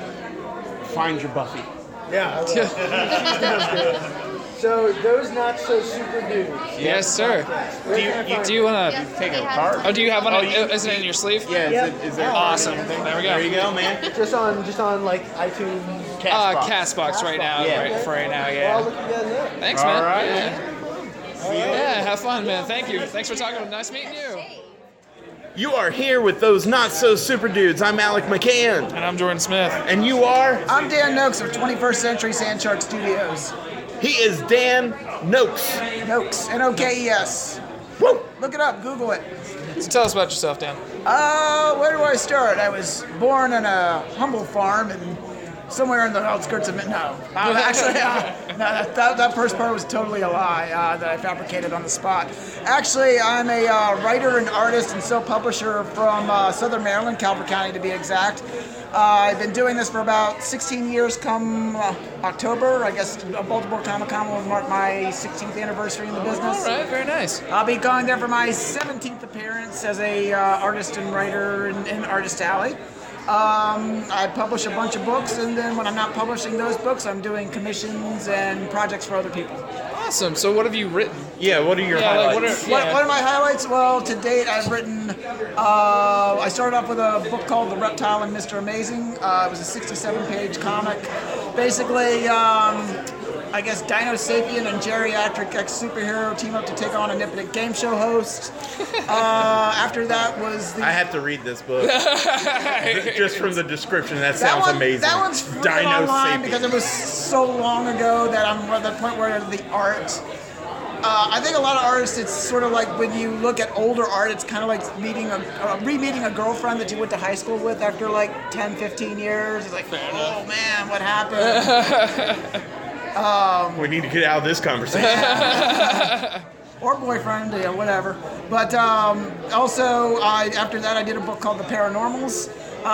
[SPEAKER 3] find your Buffy.
[SPEAKER 13] yeah,
[SPEAKER 1] <laughs>
[SPEAKER 13] I will. <laughs> so those not so super dudes.
[SPEAKER 1] Yes, sir.
[SPEAKER 13] Podcast.
[SPEAKER 1] Do you, you do you wanna
[SPEAKER 13] Take it apart?
[SPEAKER 1] Oh, do you have one?
[SPEAKER 13] Oh,
[SPEAKER 1] in- is it in your sleeve?
[SPEAKER 13] Yeah, is it- is there-
[SPEAKER 1] Oh, awesome. There we go.
[SPEAKER 13] Just on, just on like iTunes.
[SPEAKER 1] Uh, Castbox right now.
[SPEAKER 13] Yeah.
[SPEAKER 1] Right, for right now,
[SPEAKER 13] Well, I'll
[SPEAKER 1] yeah.
[SPEAKER 13] look you guys up.
[SPEAKER 1] Thanks, man. Yeah. yeah, have fun, man. Thank you. Thanks for talking. Nice meeting you.
[SPEAKER 3] You are here with those not so super dudes. I'm Alec McCann. And
[SPEAKER 1] I'm Jordan Smith.
[SPEAKER 3] And you are?
[SPEAKER 9] I'm Dan Noakes of 21st Century Sand Shark Studios.
[SPEAKER 3] He is Dan Noakes.
[SPEAKER 9] Noakes, N O K E S.
[SPEAKER 3] Woo!
[SPEAKER 9] Look it up, Google it.
[SPEAKER 1] So tell us about yourself, Dan.
[SPEAKER 9] Uh, where do I start? I was born on a humble farm and somewhere in the outskirts of it. No, Uh, <laughs> actually, uh, no, that, that, that first part was totally a lie uh, that I fabricated on the spot. Actually, I'm a uh, writer and artist and self-publisher from uh, Southern Maryland, Calvert County to be exact. Uh, I've been doing this for about 16 years. Come uh, October, I guess uh, Baltimore Comic Con will mark my 16th anniversary in the business.
[SPEAKER 1] All right, very nice.
[SPEAKER 9] I'll be going there for my 17th appearance as a uh, artist and writer in, in Artist Alley. Um, I publish a bunch of books, and then when I'm not publishing those books, I'm doing commissions and projects for other people.
[SPEAKER 1] Awesome. So, what have you written?
[SPEAKER 3] Yeah, what are your
[SPEAKER 1] Yeah, like, what
[SPEAKER 3] highlights?
[SPEAKER 1] are-
[SPEAKER 9] What,
[SPEAKER 1] yeah.
[SPEAKER 9] what are my highlights? Well, to date, I've written. Uh, I started off with a book called The Reptile and Mr. Amazing. Uh, it was a 67-page comic. Basically, um, I guess Dino Sapien and geriatric ex-superhero team up to take on omnipotent game show host. Uh, after that was the
[SPEAKER 3] I have to read this
[SPEAKER 1] <laughs>
[SPEAKER 3] book. Just from the description, that, sounds
[SPEAKER 9] one,
[SPEAKER 3] amazing.
[SPEAKER 9] That one's free online because it was so long ago that I'm at the point where the art. Uh, I think a lot of artists, it's sort of like when you look at older art, it's kind of like meeting a, uh, re-meeting a girlfriend that you went to high school with after like 10, 15 years. It's like, oh man, what happened? um,
[SPEAKER 3] we need to get out of this conversation.
[SPEAKER 9] or boyfriend, yeah, whatever. But um, also, I, after that, I did a book called The Paranormals. Uh,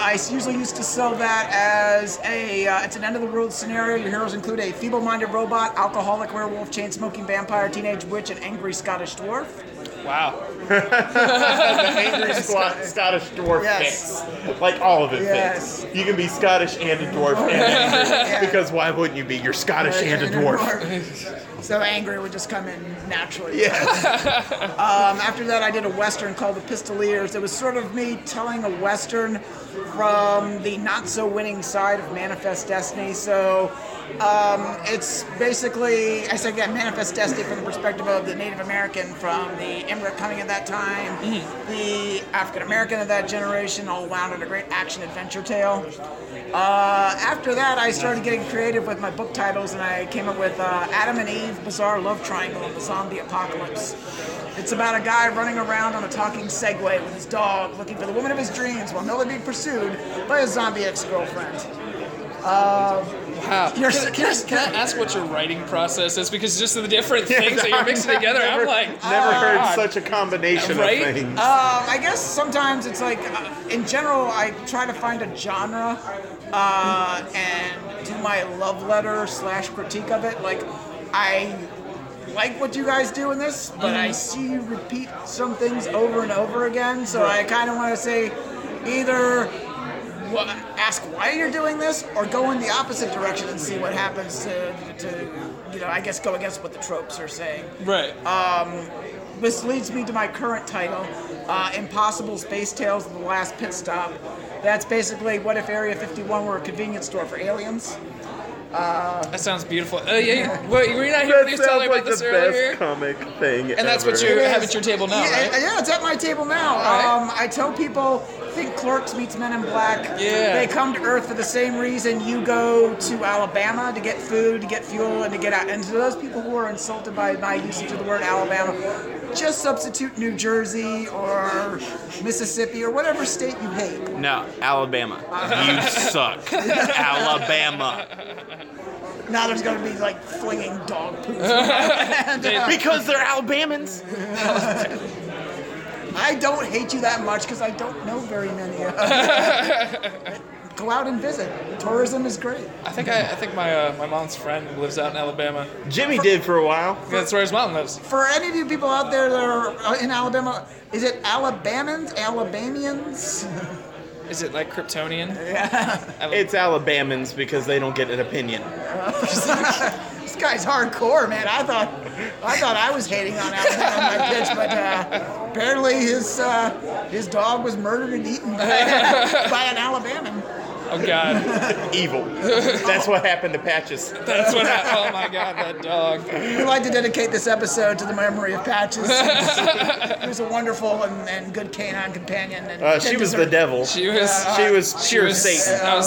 [SPEAKER 9] I s- usually used to sell that as a uh, it's an end of the world scenario. Your heroes include a feeble-minded robot, alcoholic werewolf, chain-smoking vampire, teenage witch, and angry Scottish dwarf.
[SPEAKER 1] <laughs> Wow.
[SPEAKER 3] <laughs> the angry Scot- Scottish dwarf
[SPEAKER 9] Yes.
[SPEAKER 3] fix. Like all of it
[SPEAKER 9] Yes.
[SPEAKER 3] fix. You can be Scottish and a dwarf and
[SPEAKER 1] <laughs>
[SPEAKER 3] angry. Because why wouldn't you be? You're Scottish and a <laughs> dwarf.
[SPEAKER 9] so angry would just come in naturally.
[SPEAKER 3] Yes.
[SPEAKER 9] um, after that, I did a western called The Pistoliers. It was sort of me telling a western from the not so winning side of Manifest Destiny. So um, it's basically, I said, yeah, Manifest Destiny from the perspective of the Native American, from the immigrant coming at that time, the African American of that generation, all wound in a great action adventure tale. Uh, after that, I started getting creative with my book titles, and I came up with uh, Adam and Eve: Bizarre Love Triangle of the Zombie Apocalypse. It's about a guy running around on a talking Segway with his dog, looking for the woman of his dreams, while Miller being pursued by a zombie ex-girlfriend. Uh,
[SPEAKER 1] Wow.
[SPEAKER 9] You're-
[SPEAKER 1] can, can, I- can I ask what your writing process is? Because just the different things that you're mixing together, I'm like,
[SPEAKER 3] Never
[SPEAKER 1] oh,
[SPEAKER 3] heard
[SPEAKER 1] God.
[SPEAKER 3] such a combination
[SPEAKER 1] Right? Uh,
[SPEAKER 3] of things.
[SPEAKER 9] Um, I guess sometimes it's like, uh, in general, I try to find a genre uh, and do my love letter slash critique of it. Like, I like what you guys do in this, but I see you repeat some things over and over again. So I kind of want to say, either wh- ask why you're doing this, or go in the opposite direction and see what happens to, to you know, I guess go against what the tropes are saying.
[SPEAKER 1] Right.
[SPEAKER 9] Um, this leads me to my current title, uh, Impossible Space Tales of the Last Pit Stop. That's basically what if Area 51 were a convenience store for aliens? Uh,
[SPEAKER 1] That sounds beautiful. Uh, yeah, yeah. Wait, were you not here when he was telling me about this earlier?
[SPEAKER 3] comic thing
[SPEAKER 1] And that's what you
[SPEAKER 3] ever.
[SPEAKER 13] Uh,
[SPEAKER 1] have at your table now,
[SPEAKER 9] yeah,
[SPEAKER 1] right?
[SPEAKER 9] yeah, it's at my table now.
[SPEAKER 1] All right.
[SPEAKER 9] Um, I tell people
[SPEAKER 13] think Clerks meets Men in Black.
[SPEAKER 1] Yeah.
[SPEAKER 13] They come to Earth for the same reason you go to Alabama to get food, to get fuel, and to get out. And to those people who are insulted by my usage of the word Alabama, just substitute New Jersey or Mississippi or whatever state you hate.
[SPEAKER 1] No, Alabama. You suck. Alabama.
[SPEAKER 13] Now there's going to be like flinging dog poop.
[SPEAKER 1] because they're Alabamans.
[SPEAKER 13] I don't hate you that much because I don't know very many. of you. Go out and visit. Tourism is great.
[SPEAKER 1] I think I, I think my uh, my mom's friend lives out in Alabama.
[SPEAKER 3] Jimmy did for a while.
[SPEAKER 1] That's where his mom lives.
[SPEAKER 13] For any of you people out there that are uh, in Alabama, is it Alabamans? Alabamians? <laughs>
[SPEAKER 1] Is it like Kryptonian?
[SPEAKER 3] It's Alabamans because they don't get an opinion.
[SPEAKER 13] this guy's hardcore, man. I thought I thought I was hating on Alabama on my pitch, but uh, apparently his uh, his dog was murdered and eaten by, by an Alabaman.
[SPEAKER 1] Oh God,
[SPEAKER 3] evil. That's what happened to Patches. Uh,
[SPEAKER 1] That's what happened. Oh my God, that dog.
[SPEAKER 13] We'd like to dedicate this episode to the memory of Patches. He was a wonderful and, and good canine companion. And
[SPEAKER 3] Uh, she was the
[SPEAKER 13] deserved-
[SPEAKER 3] devil.
[SPEAKER 1] She was.
[SPEAKER 3] She was. She was Satan.
[SPEAKER 13] Oh,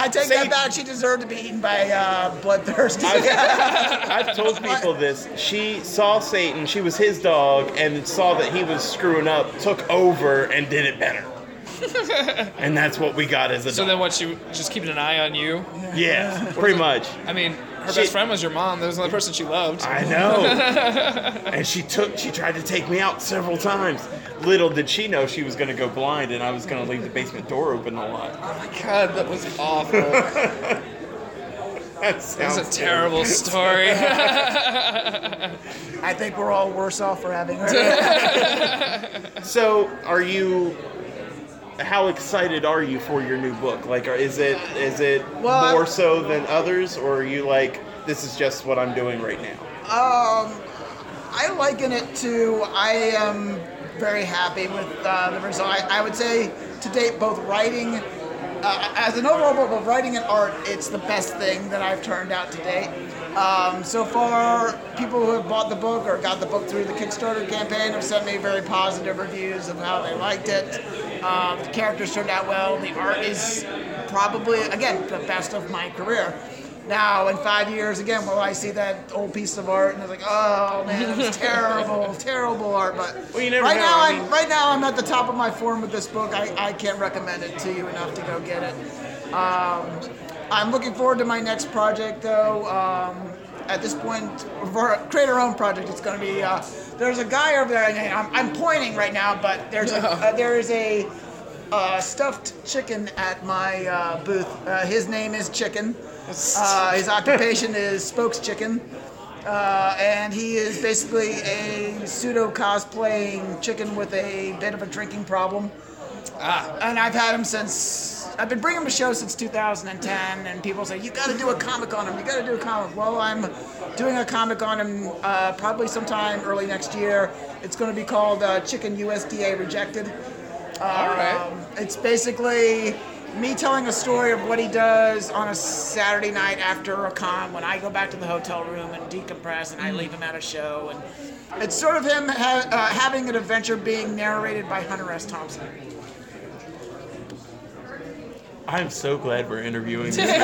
[SPEAKER 3] <laughs>
[SPEAKER 13] I take that back. She deserved to be eaten by uh, bloodthirsty.
[SPEAKER 3] I've told people this. She saw Satan. She was his dog, and saw that he was screwing up. Took over and did
[SPEAKER 1] <laughs>
[SPEAKER 3] it better. And that's what we got as a
[SPEAKER 1] so
[SPEAKER 3] dog.
[SPEAKER 1] then, what? She just keeping an eye on you.
[SPEAKER 3] Yeah, pretty much.
[SPEAKER 1] I mean, her
[SPEAKER 3] She-
[SPEAKER 1] best friend was your mom. That was the only person she <laughs> loved.
[SPEAKER 3] I know. and she took. She tried to take me out several times. Little did she know she was going to go blind, and I was going to leave the basement door open a lot.
[SPEAKER 1] Oh God, that was
[SPEAKER 3] <laughs>
[SPEAKER 1] awful.
[SPEAKER 3] That
[SPEAKER 1] That's a
[SPEAKER 3] sounds
[SPEAKER 1] terrible
[SPEAKER 3] good. <laughs>
[SPEAKER 1] story.
[SPEAKER 13] <laughs>
[SPEAKER 1] <laughs>
[SPEAKER 13] I think we're all worse off for having her.
[SPEAKER 3] So, are you? How excited are you for your new book? Like, are, is it is it
[SPEAKER 13] Well,
[SPEAKER 3] more
[SPEAKER 13] I-
[SPEAKER 3] so than others, or are you like this is just what I'm doing right now?
[SPEAKER 13] Um, I liken it to I am very happy with uh, the result. I, I would say to date, both writing, uh, as an overall book, both writing and art, it's the best thing that I've turned out to date. Um, so far, people who have bought the book or got the book through the Kickstarter campaign have sent me very positive reviews of how they liked it. Um, the characters turned out well. The art is probably, again, the best of my career. Now, in five years, again, will I see that old piece of art and it's like, oh man, it
[SPEAKER 3] <laughs>
[SPEAKER 13] was terrible, terrible art. But
[SPEAKER 3] Well, you never
[SPEAKER 13] right
[SPEAKER 3] know,
[SPEAKER 13] now,
[SPEAKER 3] I
[SPEAKER 13] I'm
[SPEAKER 3] mean-
[SPEAKER 13] right now I'm at the top of my form with this book. I, I can't recommend it to you enough to go get it. Um, I'm looking forward to my next project, though. Um, at this point, for create our own project. It's going to be. Uh, there's a guy over there, and I'm, I'm pointing right now, but there's a, uh, there is a uh, stuffed chicken at my uh, booth. Uh, his name is Chicken. Uh, his occupation is spokes chicken. Uh, and he is basically a pseudo cosplaying chicken with a bit of a drinking problem. Ah. And I've had him since I've been bringing him to shows since 2010, and people say you got to do a comic on him. You got to do a comic. Well, I'm doing a comic on him uh, probably sometime early next year. It's going to be called uh, Chicken USDA Rejected.
[SPEAKER 1] All right.
[SPEAKER 13] Um, It's basically me telling a story of what he does on a Saturday night after a con when I go back to the hotel room and decompress and I leave him at a show. And it's sort of him ha- uh, having an adventure being narrated by Hunter S. Thompson.
[SPEAKER 3] I'm so glad we're
[SPEAKER 1] <laughs>
[SPEAKER 3] interviewing this. man.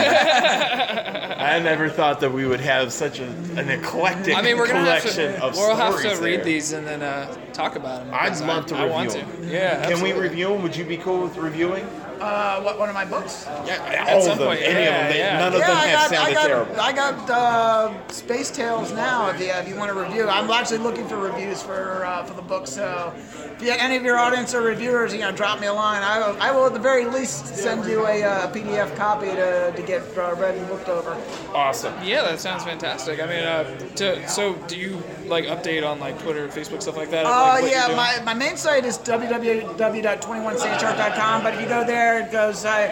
[SPEAKER 3] I never thought that we would have such a, an eclectic
[SPEAKER 1] I mean, we're gonna have
[SPEAKER 3] collection
[SPEAKER 1] to,
[SPEAKER 3] of
[SPEAKER 1] we'll have
[SPEAKER 3] stories
[SPEAKER 1] to read
[SPEAKER 3] there.
[SPEAKER 1] these and then uh, talk about them.
[SPEAKER 3] I'd love to
[SPEAKER 1] I,
[SPEAKER 3] review
[SPEAKER 1] I want to.
[SPEAKER 3] them.
[SPEAKER 1] Yeah.
[SPEAKER 3] Can
[SPEAKER 1] absolutely.
[SPEAKER 3] we review them? Would you be cool with reviewing?
[SPEAKER 13] Uh, what, one of my books?
[SPEAKER 3] Yeah, all of them. any of them. They, None of
[SPEAKER 13] Yeah,
[SPEAKER 3] them
[SPEAKER 13] I
[SPEAKER 3] have
[SPEAKER 13] got,
[SPEAKER 3] sounded
[SPEAKER 13] I got,
[SPEAKER 3] terrible.
[SPEAKER 13] I got uh, Space Tales now. If you, if you want to review, I'm actually looking for reviews for uh, for the book. So, if you, any of your audience are reviewers, you know, drop me a line. I will, I will at the very least send you a uh, PDF copy to, to get uh, read and looked over.
[SPEAKER 3] Awesome.
[SPEAKER 1] Yeah, that sounds fantastic. I mean, uh, to, so do you like update on like Twitter, Facebook, stuff like that? of,
[SPEAKER 13] Uh,
[SPEAKER 1] like, what you're
[SPEAKER 13] yeah,
[SPEAKER 1] doing?
[SPEAKER 13] my, my main site is www.21chr.com, but if you go there, it goes. Uh,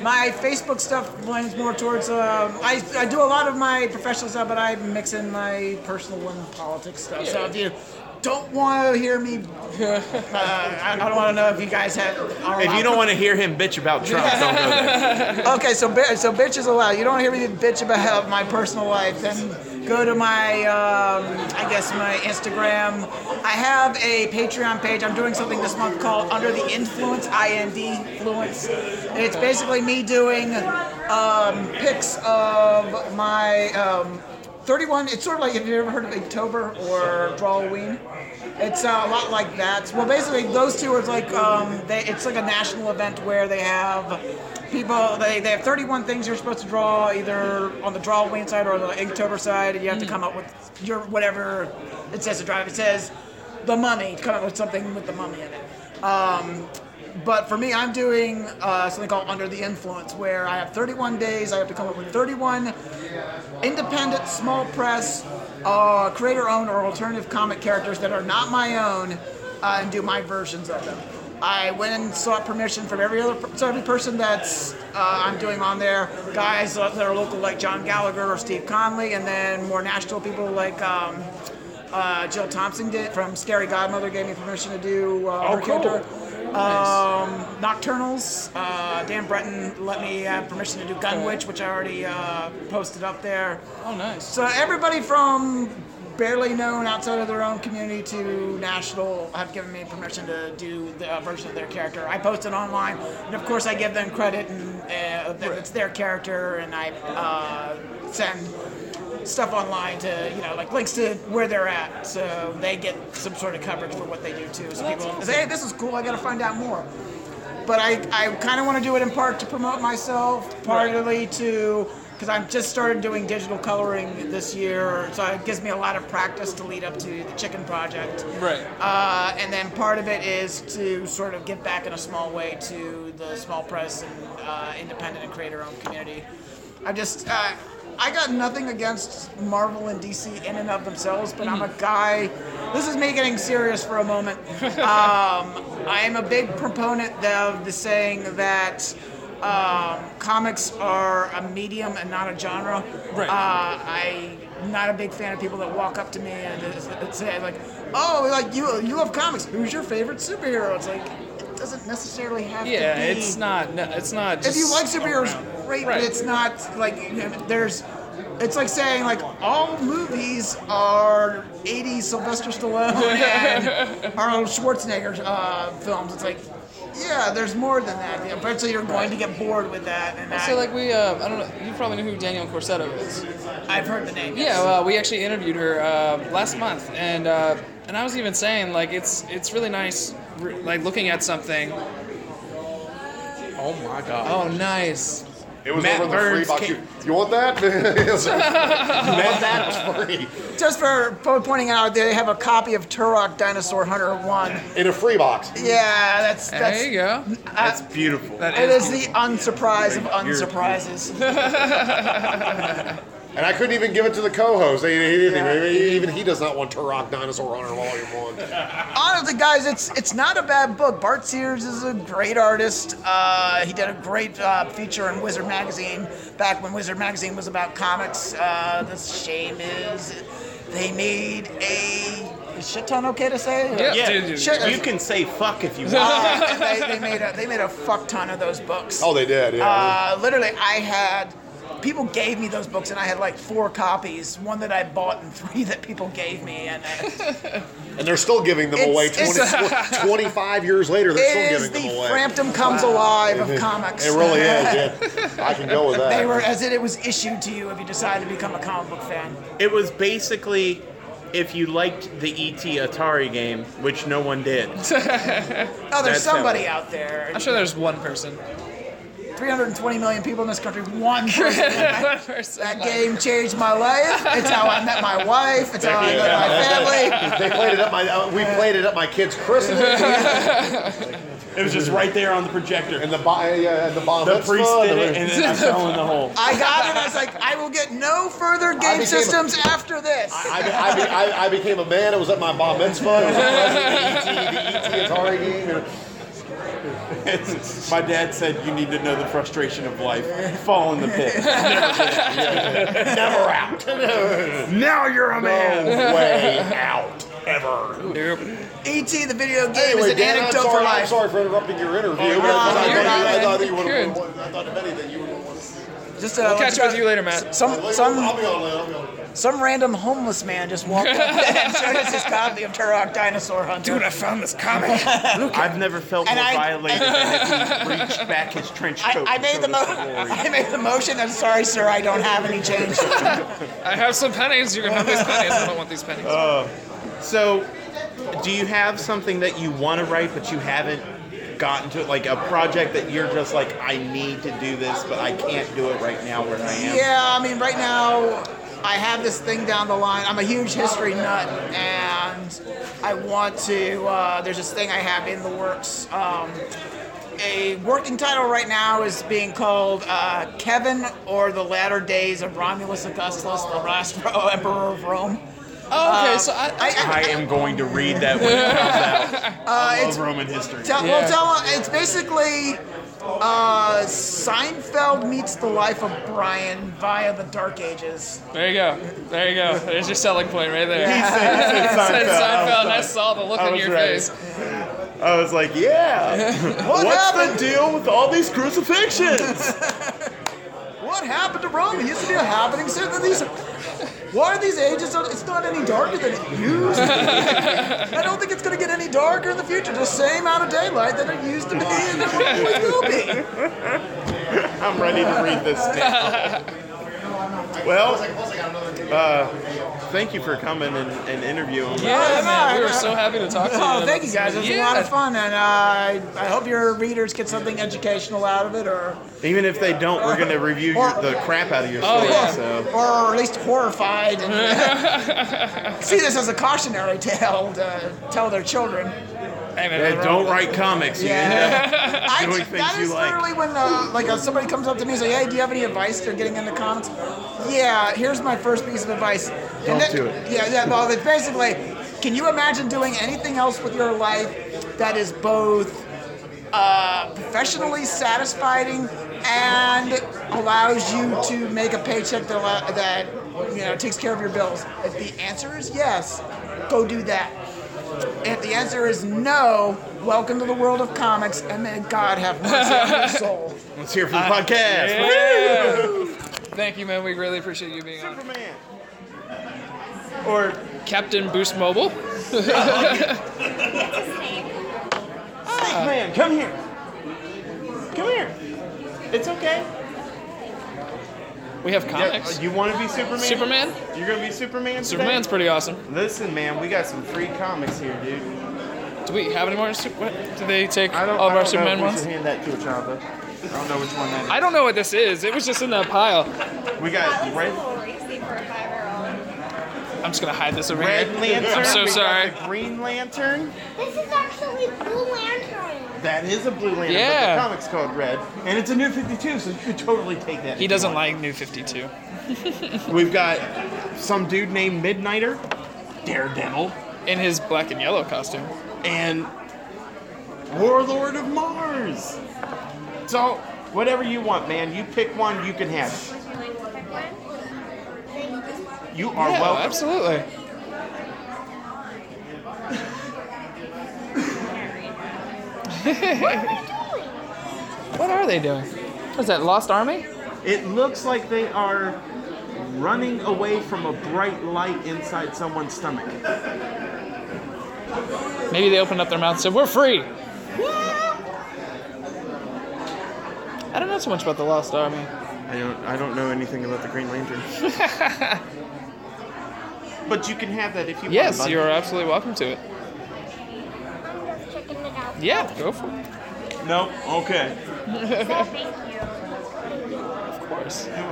[SPEAKER 13] my Facebook stuff leans more towards. Um, I, I do a lot of my professional stuff, but I mix in my personal and politics stuff. So if you don't want to hear me. <laughs> Uh, I, I don't want to know if you guys have. are
[SPEAKER 2] If you
[SPEAKER 13] allowed-
[SPEAKER 2] don't want to hear him bitch about Trump, don't go
[SPEAKER 1] <laughs>
[SPEAKER 2] there.
[SPEAKER 13] okay, so bi- so bitch is allowed. You don't hear me bitch about my personal life. Then go to my, um, I guess my Instagram. I have a Patreon page. I'm doing something this month called Under the Influence, IND Fluence. It's basically me doing um, pics of my. Um, 31, it's sort of like, have you ever heard of Inktober or Drawween? It's uh, a lot like that. Well, basically, those two are like, um, they, it's like a national event where they have people, they, they have 31 things you're supposed to draw either on the Drawween side or the Inktober side, and you have to come up with your whatever it says to drive. It says the mummy, come up with something with the mummy in it. Um, but for me, I'm doing uh, something called Under the Influence, where I have 31 days. I have to come up with 31 independent, small press, uh, creator owned, or alternative comic characters that are not my own uh, and do my versions of them. I went and sought permission from every other so every person that's uh, I'm doing on there, guys that are local like John Gallagher or Steve Conley, and then more national people like um, uh, Jill Thompson did from Scary Godmother gave me permission to do uh,
[SPEAKER 18] Oh,
[SPEAKER 13] her character. Um, Nocturnals. Uh, Dan Breton let me have permission to do Gun Witch, which I already uh, posted up there.
[SPEAKER 18] Oh, nice.
[SPEAKER 13] So everybody from barely known outside of their own community to national have given me permission to do the uh, version of their character. I post it online, and of course I give them credit and uh, that it's their character, and I uh, send stuff online to you know like links to where they're at, so they get some sort of coverage for what they do too. So
[SPEAKER 19] Well, that's
[SPEAKER 13] people say, hey, this is cool. I got to find out more but I, I kind of want to do it in part to promote myself, partly to because I've just started doing digital coloring this year, so it gives me a lot of practice to lead up to the chicken project.
[SPEAKER 18] Right.
[SPEAKER 13] Uh, and then part of it is to sort of give back in a small way to the small press and uh, independent and creator-owned community. I just uh, I got nothing against Marvel and DC in and of themselves, but
[SPEAKER 18] Mm.
[SPEAKER 13] I'm a guy. This is me getting serious for a
[SPEAKER 18] <laughs>
[SPEAKER 13] moment. Um, I am a big proponent of the saying that um, comics are a medium and not a genre.
[SPEAKER 18] Right.
[SPEAKER 13] Uh, I'm not a big fan of people that walk up to me and is- and say like, "Oh, like you, you love comics. Who's your favorite superhero?" It's like it doesn't necessarily have
[SPEAKER 18] Yeah,
[SPEAKER 13] to be.
[SPEAKER 18] it's not. No, it's not.
[SPEAKER 13] If you
[SPEAKER 18] just
[SPEAKER 13] like superheroes,
[SPEAKER 18] around it.
[SPEAKER 13] great,
[SPEAKER 18] Right.
[SPEAKER 13] but it's not like you know, there's. It's like saying like all movies are 80
[SPEAKER 15] <laughs>
[SPEAKER 13] Sylvester Stallone and Arnold Schwarzenegger uh, films. It's like, yeah, there's more than that. Yeah, Eventually, you're going to get bored with that. And
[SPEAKER 18] So like we, uh, I don't know. You probably know who Danielle Corsetto is.
[SPEAKER 13] I've heard the name.
[SPEAKER 18] Yeah, well, we actually interviewed her uh, last month, and uh, and I was even saying like it's it's really nice, re- like looking at something.
[SPEAKER 15] Oh my
[SPEAKER 18] Oh, nice.
[SPEAKER 15] It was
[SPEAKER 18] Matt
[SPEAKER 15] over
[SPEAKER 18] Burns
[SPEAKER 15] the free box. You, you want that? It was- you want that? It's free.
[SPEAKER 13] Just for po- pointing out, they have a copy of Turok Dinosaur Hunter One.
[SPEAKER 15] In a free box.
[SPEAKER 13] Yeah, that's
[SPEAKER 15] There
[SPEAKER 13] that's.
[SPEAKER 15] you go.
[SPEAKER 13] That's
[SPEAKER 2] beautiful.
[SPEAKER 13] it is, the unsurprise of unsurprises.
[SPEAKER 15] And I couldn't even give it to the co-host. He, he didn't even, even he does not want Turok Dinosaur Hunter Volume One.
[SPEAKER 13] Honestly, guys, it's it's not a bad book. Bart Sears is a great artist. Uh, he did a great uh, feature in Wizard magazine back when Wizard magazine was about comics. Uh, the shame is they made a is shit ton. Okay to say? Shit-
[SPEAKER 2] you can say fuck if you
[SPEAKER 13] Uh,
[SPEAKER 2] want.
[SPEAKER 13] and they, they made a they made a fuck ton of those books.
[SPEAKER 15] Oh, they did, yeah.
[SPEAKER 13] Uh, literally, I had people gave me those books, and I had like four copies. One that I bought, and <laughs> three that people gave me. And uh,
[SPEAKER 15] And they're still giving them
[SPEAKER 13] It's-
[SPEAKER 15] away
[SPEAKER 13] it's- <laughs>
[SPEAKER 15] 20, 25 years later. They're
[SPEAKER 13] it
[SPEAKER 15] still
[SPEAKER 13] is
[SPEAKER 15] giving them
[SPEAKER 13] the
[SPEAKER 15] away.
[SPEAKER 13] Frampton Comes Alive
[SPEAKER 15] <laughs>
[SPEAKER 13] of
[SPEAKER 15] It-
[SPEAKER 13] comics.
[SPEAKER 15] It really is.
[SPEAKER 13] <laughs>
[SPEAKER 15] Yeah, I can go with that.
[SPEAKER 13] They were as if it was issued to you if you decided to become a comic book fan.
[SPEAKER 2] It was basically if you liked the
[SPEAKER 3] E
[SPEAKER 2] ET Atari game, which no one did.
[SPEAKER 13] Oh,
[SPEAKER 2] That's
[SPEAKER 13] there's somebody
[SPEAKER 2] him.
[SPEAKER 13] out there.
[SPEAKER 18] I'm sure there's one <laughs> person.
[SPEAKER 13] 320 million people in this country.
[SPEAKER 15] <laughs>
[SPEAKER 13] One person. that, that game changed my life. It's how I met my wife. It's how I met my
[SPEAKER 15] <laughs>
[SPEAKER 13] family.
[SPEAKER 15] they played it up my. Uh, we played it up my kids' christening. <laughs> it
[SPEAKER 2] was just right there on the projector.
[SPEAKER 15] And the bo- uh, yeah, and the bomb.
[SPEAKER 2] The priest did it, and then I fell in the hole.
[SPEAKER 13] I got it. I was like, I will get no further game
[SPEAKER 15] became a-
[SPEAKER 13] systems after this.
[SPEAKER 15] I, I, be- I, I became a man. It was at my bar mitzvah. It was at my ET, the ET Atari game.
[SPEAKER 2] My dad said you need to know the frustration of life. Fall in the
[SPEAKER 13] <laughs>
[SPEAKER 2] pit. Never,
[SPEAKER 15] Never out.
[SPEAKER 2] Now you're a man.
[SPEAKER 15] No way out.
[SPEAKER 9] ever.
[SPEAKER 13] E.T. E the video game
[SPEAKER 9] Anyway,
[SPEAKER 13] is an
[SPEAKER 9] Dan, I'm
[SPEAKER 13] anecdote
[SPEAKER 9] sorry,
[SPEAKER 13] for life.
[SPEAKER 9] I'm sorry for interrupting your interview.
[SPEAKER 13] Oh,
[SPEAKER 9] but
[SPEAKER 13] no,
[SPEAKER 18] Uh,
[SPEAKER 9] I, thought-
[SPEAKER 13] you're
[SPEAKER 9] I
[SPEAKER 13] good.
[SPEAKER 9] thought that you would
[SPEAKER 13] You're
[SPEAKER 9] I thought if anything you would want to see.
[SPEAKER 13] Just
[SPEAKER 9] We'll
[SPEAKER 13] uh,
[SPEAKER 9] catch up with you
[SPEAKER 1] later, Matt.
[SPEAKER 13] Some some
[SPEAKER 9] I'll be on later. I'll be on later.
[SPEAKER 13] some random homeless man just walked
[SPEAKER 1] <laughs>
[SPEAKER 13] up and showed us his copy of Turok Dinosaur Hunter. Dude, I
[SPEAKER 1] found this
[SPEAKER 13] <laughs>
[SPEAKER 1] comic.
[SPEAKER 3] I've never felt
[SPEAKER 13] And
[SPEAKER 3] more
[SPEAKER 13] I-
[SPEAKER 3] violated than if he reached back his trench
[SPEAKER 13] I,
[SPEAKER 3] coat.
[SPEAKER 13] I
[SPEAKER 3] and
[SPEAKER 13] made
[SPEAKER 3] showed
[SPEAKER 13] the mo- <laughs>
[SPEAKER 3] us glory.
[SPEAKER 13] I made the motion. I'm sorry, sir. I don't have any change.
[SPEAKER 1] I have some pennies. You can have these pennies. I don't want these pennies.
[SPEAKER 3] Uh, so, do you have something that you want to write but you haven't gotten to it? Like a project that you're just like, I need to do this, but I can't do it right now where I am?
[SPEAKER 13] Yeah, I mean, right now I have this thing down the line. I'm a huge history nut, and I want to. Uh, there's this thing I have in the works. Um, a working title right now is being called uh, Kevin or the Latter Days of Romulus Augustus, the last <laughs> Ro- Emperor of Rome.
[SPEAKER 1] Oh, okay,
[SPEAKER 13] Uh,
[SPEAKER 1] so I-
[SPEAKER 3] I am going to read that when it
[SPEAKER 13] <laughs>
[SPEAKER 3] comes out.
[SPEAKER 13] Uh,
[SPEAKER 3] I
[SPEAKER 13] it's
[SPEAKER 3] love Roman history.
[SPEAKER 13] Tell, Well, tell it's basically uh, Seinfeld meets the life of Brian via the Dark Ages.
[SPEAKER 1] There you go. There you go. There's your selling point right there.
[SPEAKER 13] He said- he said
[SPEAKER 1] Said
[SPEAKER 13] Seinfeld. I
[SPEAKER 1] <laughs>
[SPEAKER 13] was
[SPEAKER 1] Seinfeld, and I
[SPEAKER 13] like-
[SPEAKER 1] saw the look
[SPEAKER 13] I
[SPEAKER 1] on
[SPEAKER 13] was
[SPEAKER 1] your
[SPEAKER 13] right.
[SPEAKER 1] face.
[SPEAKER 3] I was
[SPEAKER 1] <laughs>
[SPEAKER 3] like, yeah.
[SPEAKER 13] What
[SPEAKER 3] What's
[SPEAKER 13] happened?
[SPEAKER 3] the deal with all these crucifixions?
[SPEAKER 13] What happened to Rome? It used to be a happening city. Then These, why are these ages? It's not any darker than it used to be. I don't think it's going to get any darker in the future. The same amount of daylight that it used to
[SPEAKER 1] <laughs>
[SPEAKER 13] be and it will be.
[SPEAKER 3] I'm ready to read this now.
[SPEAKER 1] <laughs>
[SPEAKER 3] Well, uh, thank you for coming and, and interviewing.
[SPEAKER 13] Yeah, man,
[SPEAKER 1] Oh, Man, we were so happy to talk to you.
[SPEAKER 13] Oh, thank you guys. It was a lot of
[SPEAKER 1] Yeah.
[SPEAKER 13] fun, and uh, I, I hope your readers get something educational out of it, or
[SPEAKER 3] Even if they don't, we're gonna review your, the crap out of your
[SPEAKER 13] Oh,
[SPEAKER 3] story.
[SPEAKER 13] yeah.
[SPEAKER 3] So
[SPEAKER 13] <laughs> or at least horrified.
[SPEAKER 1] <laughs>
[SPEAKER 13] and- <laughs> see this as a cautionary tale to tell their children.
[SPEAKER 3] Yeah, don't write comics. You end up
[SPEAKER 13] I,
[SPEAKER 3] doing
[SPEAKER 13] that
[SPEAKER 3] things
[SPEAKER 13] is
[SPEAKER 3] you like.
[SPEAKER 13] literally when uh, like uh, somebody comes up to me and says, "Hey, do you have any advice to getting into comics?" Yeah, here's my first piece of advice. And
[SPEAKER 3] Don't
[SPEAKER 13] that-
[SPEAKER 3] do it.
[SPEAKER 13] Yeah, yeah. Well, it's basically, can you imagine doing anything else with your life that is both uh, professionally satisfying and allows you to make a paycheck that allow- that you know takes care of your bills? If the answer is yes, go do that. If the answer is no, welcome to the world of comics, and may God have mercy on your soul.
[SPEAKER 3] Let's hear
[SPEAKER 1] <laughs>
[SPEAKER 3] from the
[SPEAKER 1] Uh,
[SPEAKER 3] podcast.
[SPEAKER 1] yeah. Thank you, man. We really appreciate you being
[SPEAKER 3] Superman.
[SPEAKER 1] on. Or Captain Boost Mobile.
[SPEAKER 3] Man, come here. Come here. It's okay.
[SPEAKER 1] we have comics.
[SPEAKER 3] uh, you want to be Superman?
[SPEAKER 1] Superman?
[SPEAKER 3] You're gonna be Superman.
[SPEAKER 1] Superman's
[SPEAKER 3] today?
[SPEAKER 1] pretty awesome.
[SPEAKER 3] Listen, man, we got some free comics here, dude.
[SPEAKER 1] Do we have any more? Su- what? Did they take
[SPEAKER 3] I don't,
[SPEAKER 1] all of
[SPEAKER 3] I
[SPEAKER 1] our
[SPEAKER 3] don't
[SPEAKER 1] Superman
[SPEAKER 3] know if we should
[SPEAKER 1] ones?
[SPEAKER 3] hand that to a child, though. I don't know which one that is.
[SPEAKER 1] I don't know what this is. It was just in that pile.
[SPEAKER 3] We got red,
[SPEAKER 1] I'm just gonna hide this over
[SPEAKER 3] red
[SPEAKER 1] here.
[SPEAKER 3] lantern.
[SPEAKER 1] I'm so
[SPEAKER 3] we got
[SPEAKER 1] sorry.
[SPEAKER 3] the green lantern.
[SPEAKER 12] This is actually Blue Lantern.
[SPEAKER 3] That is a blue lantern.
[SPEAKER 1] Yeah.
[SPEAKER 3] But the comic's called red, and it's a new 52, so you could totally take that.
[SPEAKER 1] He
[SPEAKER 3] if you
[SPEAKER 1] doesn't
[SPEAKER 3] want.
[SPEAKER 1] like New 52.
[SPEAKER 3] We've got some dude named Midnighter, Daredevil,
[SPEAKER 1] in his black and yellow costume,
[SPEAKER 3] and Warlord of Mars. So whatever you want, man. You pick one, you can have. it. You are
[SPEAKER 1] yeah,
[SPEAKER 3] welcome.
[SPEAKER 1] Absolutely. <laughs> what are they doing? What is that, Lost Army?
[SPEAKER 3] It looks like they are running away from a bright light inside someone's stomach.
[SPEAKER 1] Maybe they opened up their mouth and said, We're free! I don't know so much about the Lost Army.
[SPEAKER 3] I don't. I don't know anything about the Green Lantern. <laughs> but you can have that if you want.
[SPEAKER 1] yes,
[SPEAKER 3] bud.
[SPEAKER 1] you are absolutely welcome to it. Yeah, go for it.
[SPEAKER 3] No. Okay.
[SPEAKER 1] Of course.
[SPEAKER 12] There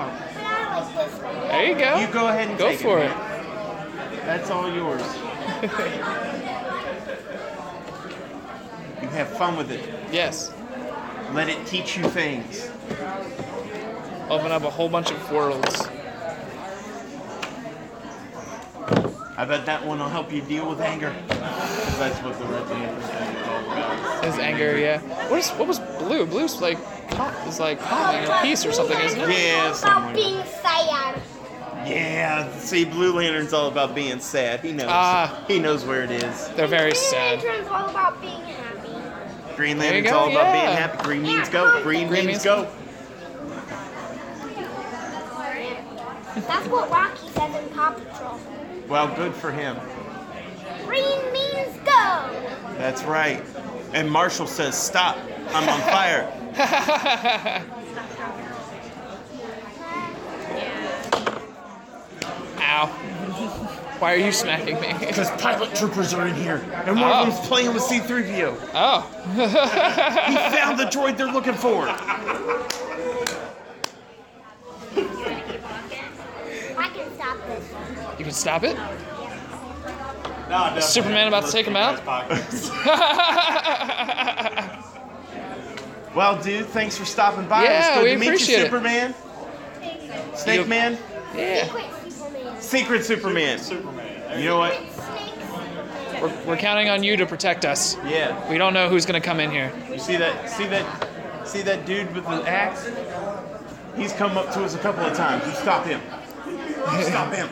[SPEAKER 1] There you go.
[SPEAKER 3] You go ahead and
[SPEAKER 1] go
[SPEAKER 3] take
[SPEAKER 1] for
[SPEAKER 3] it. That's all
[SPEAKER 1] <laughs>
[SPEAKER 3] yours. you have fun with it.
[SPEAKER 1] Yes.
[SPEAKER 3] Let it teach you things.
[SPEAKER 1] Open up a whole bunch of worlds.
[SPEAKER 3] I bet that one will help you deal with anger. 'Cause That's what the Red Lantern thing is all about.
[SPEAKER 1] His anger, yeah. What is what was blue? Blue's Ah, like com- is like calming or peace or something, isn't it?
[SPEAKER 3] Yeah,
[SPEAKER 12] About being sad.
[SPEAKER 3] Yeah, see, Blue Lantern's all about being sad. He knows.
[SPEAKER 1] Ah.
[SPEAKER 3] he knows where it is.
[SPEAKER 1] They're very sad.
[SPEAKER 12] Lantern's all about being happy.
[SPEAKER 3] Green
[SPEAKER 1] There you
[SPEAKER 3] Lantern's
[SPEAKER 1] go,
[SPEAKER 3] all about being
[SPEAKER 1] yeah.
[SPEAKER 3] happy. Green means go. Green,
[SPEAKER 1] Green means
[SPEAKER 3] means go.
[SPEAKER 12] That's what Rocky says in Paw Patrol.
[SPEAKER 3] Well, good for him.
[SPEAKER 12] Green means go.
[SPEAKER 3] That's right. And Marshall says, "Stop! I'm on fire."
[SPEAKER 1] Ow. Why are you smacking me? <laughs>
[SPEAKER 3] Because pilot troopers are in here, and one
[SPEAKER 1] Oh.
[SPEAKER 3] of them's playing with C-3PO.
[SPEAKER 1] Oh.
[SPEAKER 3] he found the droid they're looking for.
[SPEAKER 12] I can stop this.
[SPEAKER 1] You can stop it?
[SPEAKER 6] Nah,
[SPEAKER 1] Is Superman about to take him out? <laughs>
[SPEAKER 3] well, dude, thanks for stopping by.
[SPEAKER 1] Yeah,
[SPEAKER 3] it was good
[SPEAKER 1] we
[SPEAKER 3] to meet
[SPEAKER 1] appreciate
[SPEAKER 3] you,
[SPEAKER 1] it.
[SPEAKER 3] Superman. Snake
[SPEAKER 1] You-
[SPEAKER 3] Man.
[SPEAKER 1] Yeah.
[SPEAKER 3] Secret Superman. Superman. You know what?
[SPEAKER 1] We're, we're counting on you to protect us.
[SPEAKER 3] Yeah.
[SPEAKER 1] We don't know who's going to come in here.
[SPEAKER 3] You see that? See that? See that dude with the axe? He's come up to us a couple of times. You stop him. Stop him.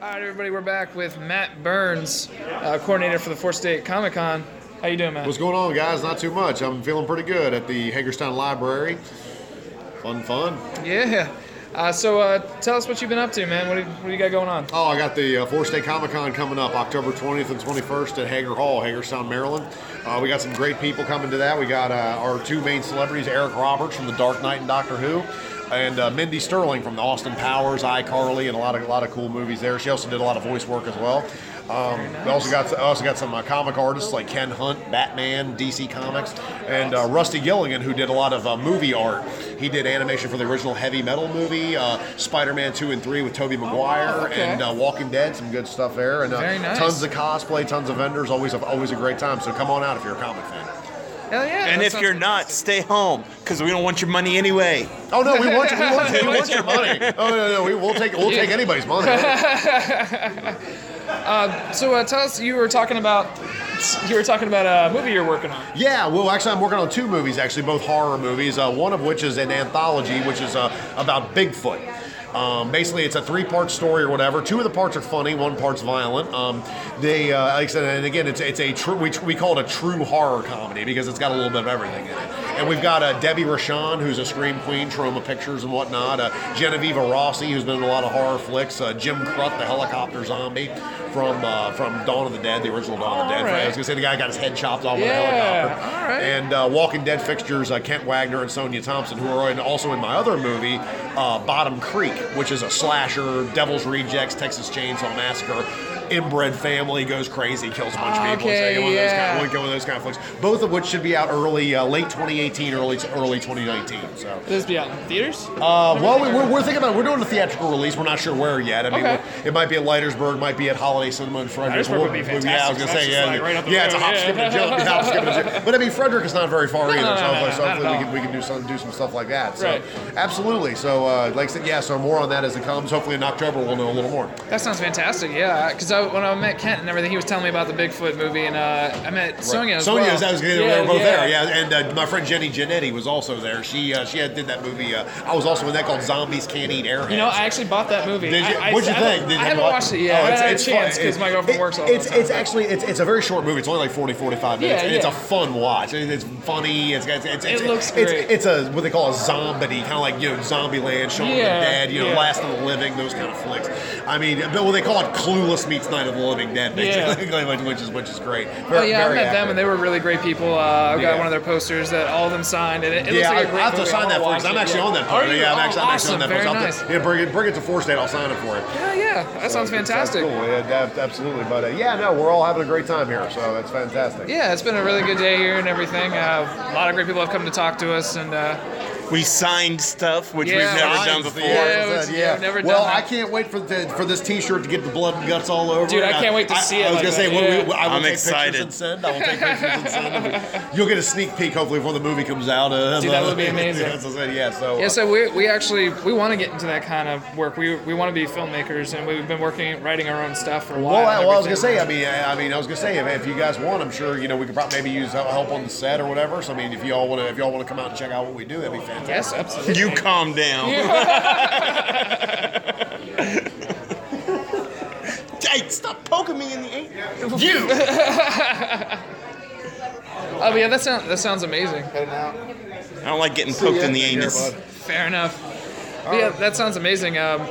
[SPEAKER 1] All right, everybody, we're back with Matt Burns, uh, coordinator for the Four State Comic Con. How you doing, Matt?
[SPEAKER 13] What's going on, guys? Not too much. I'm feeling pretty good at the Hagerstown Library. Fun, fun.
[SPEAKER 1] Yeah. Uh, so uh, tell us what you've been up to, man. What do you, what do you got going on?
[SPEAKER 13] Oh, I got the uh, Four State Comic Con coming up October 20th and 21st at Hager Hall, Hagerstown, Maryland. Uh, we got some great people coming to that. We got uh, our two main celebrities, Eric Roberts from The Dark Knight and Doctor Who, and uh, Mindy Sterling from the Austin Powers, iCarly, and a lot of a lot of cool movies there. She also did a lot of voice work as well. Um, We also got also got some uh, comic artists like Ken Hunt, Batman, DC Comics, and uh, Rusty Gilligan, who did a lot of uh, movie art. He did animation for the original heavy metal movie, uh, Spider-Man two and three with Tobey Maguire,
[SPEAKER 1] okay.
[SPEAKER 13] and uh, Walking Dead. Some good stuff there, and uh,
[SPEAKER 1] Very nice.
[SPEAKER 13] tons of cosplay, tons of vendors. Always a, always a great time. So come on out if you're a comic fan.
[SPEAKER 1] Hell yeah.
[SPEAKER 3] and
[SPEAKER 1] that
[SPEAKER 3] if
[SPEAKER 1] sounds-
[SPEAKER 3] you're not, stay home because we don't want your money anyway.
[SPEAKER 13] Oh no, we want we want, we want your money. <laughs> Oh no, no, we, we'll take we'll take anybody's money.
[SPEAKER 1] Uh, so uh, tell us, you were talking about you were talking about a movie you're working on.
[SPEAKER 13] Yeah, well, actually, I'm working on two movies, actually, both horror movies. Uh, one of which is an anthology, which is uh, about Bigfoot. Um, basically, it's a three-part story or whatever. Two of the parts are funny, one part's violent. Um, they, uh, like I said, and again, it's it's a true we, we call it a true horror comedy because it's got a little bit of everything in it. And we've got uh, Debbie Rashan, who's a scream queen, Trauma Pictures and whatnot. Uh, Genevieve Rossi, who's been in a lot of horror flicks. Uh, Jim Crut, the helicopter zombie from uh, from Dawn of the Dead, the original Dawn of the
[SPEAKER 1] Oh,
[SPEAKER 13] Dead.
[SPEAKER 1] all right.
[SPEAKER 13] I was gonna say the guy got his head chopped off with a
[SPEAKER 1] Yeah,
[SPEAKER 13] helicopter.
[SPEAKER 1] all right.
[SPEAKER 13] And uh, Walking Dead fixtures uh, Kent Wagner and Sonia Thompson, who are in, also in my other movie, uh, Bottom Creek, which is a slasher, Devil's Rejects, Texas Chainsaw Massacre, inbred family goes crazy, kills a bunch of people.
[SPEAKER 1] Okay,
[SPEAKER 13] it's like one, of those kind
[SPEAKER 1] yeah.
[SPEAKER 13] one- one of those kind of flicks. Both of which should be out early, uh, late 2018, early early 2019. So.
[SPEAKER 1] This be out in theaters?
[SPEAKER 13] Uh, well, we, we're, we're thinking about it. we're doing a theatrical release. We're not sure where yet. I mean,
[SPEAKER 1] Okay.
[SPEAKER 13] we're- it might be at Leitersburg, might be at Holiday Cinema in Frederick.
[SPEAKER 1] Leitersburg would be
[SPEAKER 13] We'll-
[SPEAKER 1] fantastic.
[SPEAKER 13] Yeah, I was
[SPEAKER 1] That's
[SPEAKER 13] gonna say
[SPEAKER 1] just
[SPEAKER 13] yeah,
[SPEAKER 1] like right up the
[SPEAKER 13] yeah, it's a
[SPEAKER 1] road,
[SPEAKER 13] hop,
[SPEAKER 1] yeah.
[SPEAKER 13] skip, and a <laughs> jump. It's a hop, skip, and a jump. But I mean, Frederick is not very far
[SPEAKER 1] No,
[SPEAKER 13] either,
[SPEAKER 1] no,
[SPEAKER 13] so,
[SPEAKER 1] no, no,
[SPEAKER 13] hopefully, so
[SPEAKER 1] not
[SPEAKER 13] hopefully
[SPEAKER 1] at
[SPEAKER 13] we
[SPEAKER 1] all.
[SPEAKER 13] can we can do some do some stuff like that. So
[SPEAKER 1] Right.
[SPEAKER 13] absolutely. So uh, like I said, yeah. So more on that as it comes. Hopefully in October we'll know a little more.
[SPEAKER 1] That sounds fantastic. Yeah, because I, when I met Kent and everything, he was telling me about the Bigfoot movie, and uh, I met Sonia. As
[SPEAKER 13] Sonia,
[SPEAKER 1] well.
[SPEAKER 13] that was good. they were both there. Yeah, and uh, my friend Jenny Janetti was also there. She uh, she had, did that movie. Uh, I was also in that called Zombies Can't Eat Airheads.
[SPEAKER 1] You know, I actually bought that movie.
[SPEAKER 13] Did you,
[SPEAKER 1] I, I-
[SPEAKER 13] what'd you
[SPEAKER 1] I
[SPEAKER 13] think?
[SPEAKER 1] haven't-
[SPEAKER 13] Did
[SPEAKER 1] I
[SPEAKER 13] you
[SPEAKER 1] haven't
[SPEAKER 13] watch-
[SPEAKER 1] watched it yet.
[SPEAKER 13] Oh,
[SPEAKER 1] I haven't had a
[SPEAKER 13] fun.
[SPEAKER 1] chance because my girlfriend
[SPEAKER 13] it-
[SPEAKER 1] works all
[SPEAKER 13] it's,
[SPEAKER 1] the time.
[SPEAKER 13] It's actually it's, it's a very short movie. It's only like 40, 45 minutes.
[SPEAKER 1] Yeah,
[SPEAKER 13] and It's a
[SPEAKER 1] yeah.
[SPEAKER 13] fun watch. It- It's funny. It's it's, it's,
[SPEAKER 1] It
[SPEAKER 13] it's-
[SPEAKER 1] looks
[SPEAKER 13] it's,
[SPEAKER 1] great.
[SPEAKER 13] It's, a what they call a zombie kind of like you know Zombieland, Shaun
[SPEAKER 1] Yeah,
[SPEAKER 13] of the Dead, you know
[SPEAKER 1] yeah.
[SPEAKER 13] Last of the Living, those kind of flicks. I mean, but well, they call it Clueless meets Night of the Living Dead,
[SPEAKER 1] Yeah.
[SPEAKER 13] basically, <laughs> which is which is great.
[SPEAKER 1] Oh
[SPEAKER 13] Very-
[SPEAKER 1] yeah, I
[SPEAKER 13] very
[SPEAKER 1] met
[SPEAKER 13] accurate.
[SPEAKER 1] them and they were really great people. Uh, I've got
[SPEAKER 13] Yeah.
[SPEAKER 1] one of their posters that all of them signed, and it, it looks
[SPEAKER 13] yeah,
[SPEAKER 1] like a
[SPEAKER 13] I-
[SPEAKER 1] great
[SPEAKER 13] I have to
[SPEAKER 1] movie.
[SPEAKER 13] sign
[SPEAKER 1] I
[SPEAKER 13] that
[SPEAKER 1] wanna
[SPEAKER 13] for because
[SPEAKER 1] watch
[SPEAKER 13] I'm
[SPEAKER 1] it,
[SPEAKER 13] actually
[SPEAKER 1] yeah.
[SPEAKER 13] on that
[SPEAKER 1] Are
[SPEAKER 13] part.
[SPEAKER 1] you?
[SPEAKER 13] Yeah, I'm
[SPEAKER 1] Oh,
[SPEAKER 13] actually, I'm actually
[SPEAKER 1] awesome.
[SPEAKER 13] on that
[SPEAKER 1] Very
[SPEAKER 13] part. I'll have
[SPEAKER 1] nice.
[SPEAKER 13] to- Yeah, bring it, bring it to Four State. I'll sign it for it.
[SPEAKER 1] Yeah, yeah, that sounds fantastic.
[SPEAKER 13] Cool. Yeah, that- absolutely. But uh, yeah, no, we're all having a great time here, so that's fantastic.
[SPEAKER 1] Yeah, it's been a really good day here and everything. Uh, a lot of great people have come to talk to us, and uh,
[SPEAKER 3] We signed stuff, which
[SPEAKER 1] Yeah,
[SPEAKER 3] we've never
[SPEAKER 1] signs,
[SPEAKER 3] done before.
[SPEAKER 1] yeah, it was- yeah, we've never
[SPEAKER 13] well,
[SPEAKER 1] done
[SPEAKER 13] I
[SPEAKER 1] that.
[SPEAKER 13] can't wait for the, for this T-shirt to get the blood and guts all over.
[SPEAKER 1] Dude,
[SPEAKER 13] it.
[SPEAKER 1] I can't wait to see it
[SPEAKER 13] I was
[SPEAKER 1] like
[SPEAKER 13] gonna say,
[SPEAKER 1] that,
[SPEAKER 13] well, we-
[SPEAKER 1] yeah.
[SPEAKER 13] well, I will
[SPEAKER 3] I'm
[SPEAKER 13] take
[SPEAKER 3] excited.
[SPEAKER 13] pictures and send. I will take pictures and send. You'll get a sneak peek hopefully before the movie comes out. Uh,
[SPEAKER 1] Dude, that would be amazing.
[SPEAKER 13] That's what I said, yeah. So.
[SPEAKER 1] Yeah,
[SPEAKER 13] uh,
[SPEAKER 1] so we, we actually we want to get into that kind of work. We, we want to be filmmakers, and we've been working writing our own stuff for a while.
[SPEAKER 13] Well, I,
[SPEAKER 1] and
[SPEAKER 13] well, I was gonna
[SPEAKER 1] everything.
[SPEAKER 13] say. I mean, I, I mean, I was gonna say if, if you guys want, I'm sure you know we could probably maybe use help on the set or whatever. So I mean, if y'all want to, if y'all want to come out and
[SPEAKER 3] <laughs>
[SPEAKER 13] check out what we do, that'd be fantastic.
[SPEAKER 1] Yes, absolutely.
[SPEAKER 3] You calm down.
[SPEAKER 20] Hey, stop poking me in the eight.
[SPEAKER 1] You. <laughs> oh yeah, that sounds that sounds amazing.
[SPEAKER 3] I don't like getting poked in the anus.
[SPEAKER 1] Fair enough. But yeah, that sounds amazing. Um,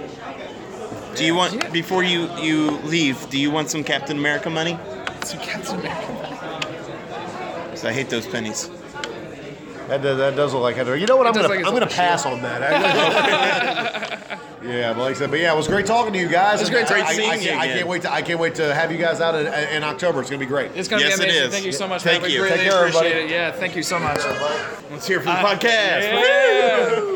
[SPEAKER 3] Do you want before you you leave? Do you want some Captain America money?
[SPEAKER 1] Some Captain America.
[SPEAKER 3] 'Cause I hate those pennies.
[SPEAKER 13] That does, that does look like Heather. You know what? I'm
[SPEAKER 3] It does
[SPEAKER 13] gonna
[SPEAKER 3] look like
[SPEAKER 13] I'm gonna
[SPEAKER 3] it's
[SPEAKER 13] pass on that.
[SPEAKER 1] <laughs>
[SPEAKER 13] yeah, but like I said, but yeah, it was great talking to you guys.
[SPEAKER 1] It was great
[SPEAKER 13] I-
[SPEAKER 1] talking
[SPEAKER 13] I,
[SPEAKER 1] to you
[SPEAKER 13] I can't- I
[SPEAKER 1] again.
[SPEAKER 13] can't wait to I can't wait to have you guys out in, in October. It's gonna be great.
[SPEAKER 1] It's gonna be amazing. Thank you so much. man. We really
[SPEAKER 13] Take care,
[SPEAKER 1] appreciate
[SPEAKER 13] everybody.
[SPEAKER 1] it. Uh, Yeah, thank you so much.
[SPEAKER 13] Let's hear
[SPEAKER 3] from the podcast.
[SPEAKER 1] Yeah.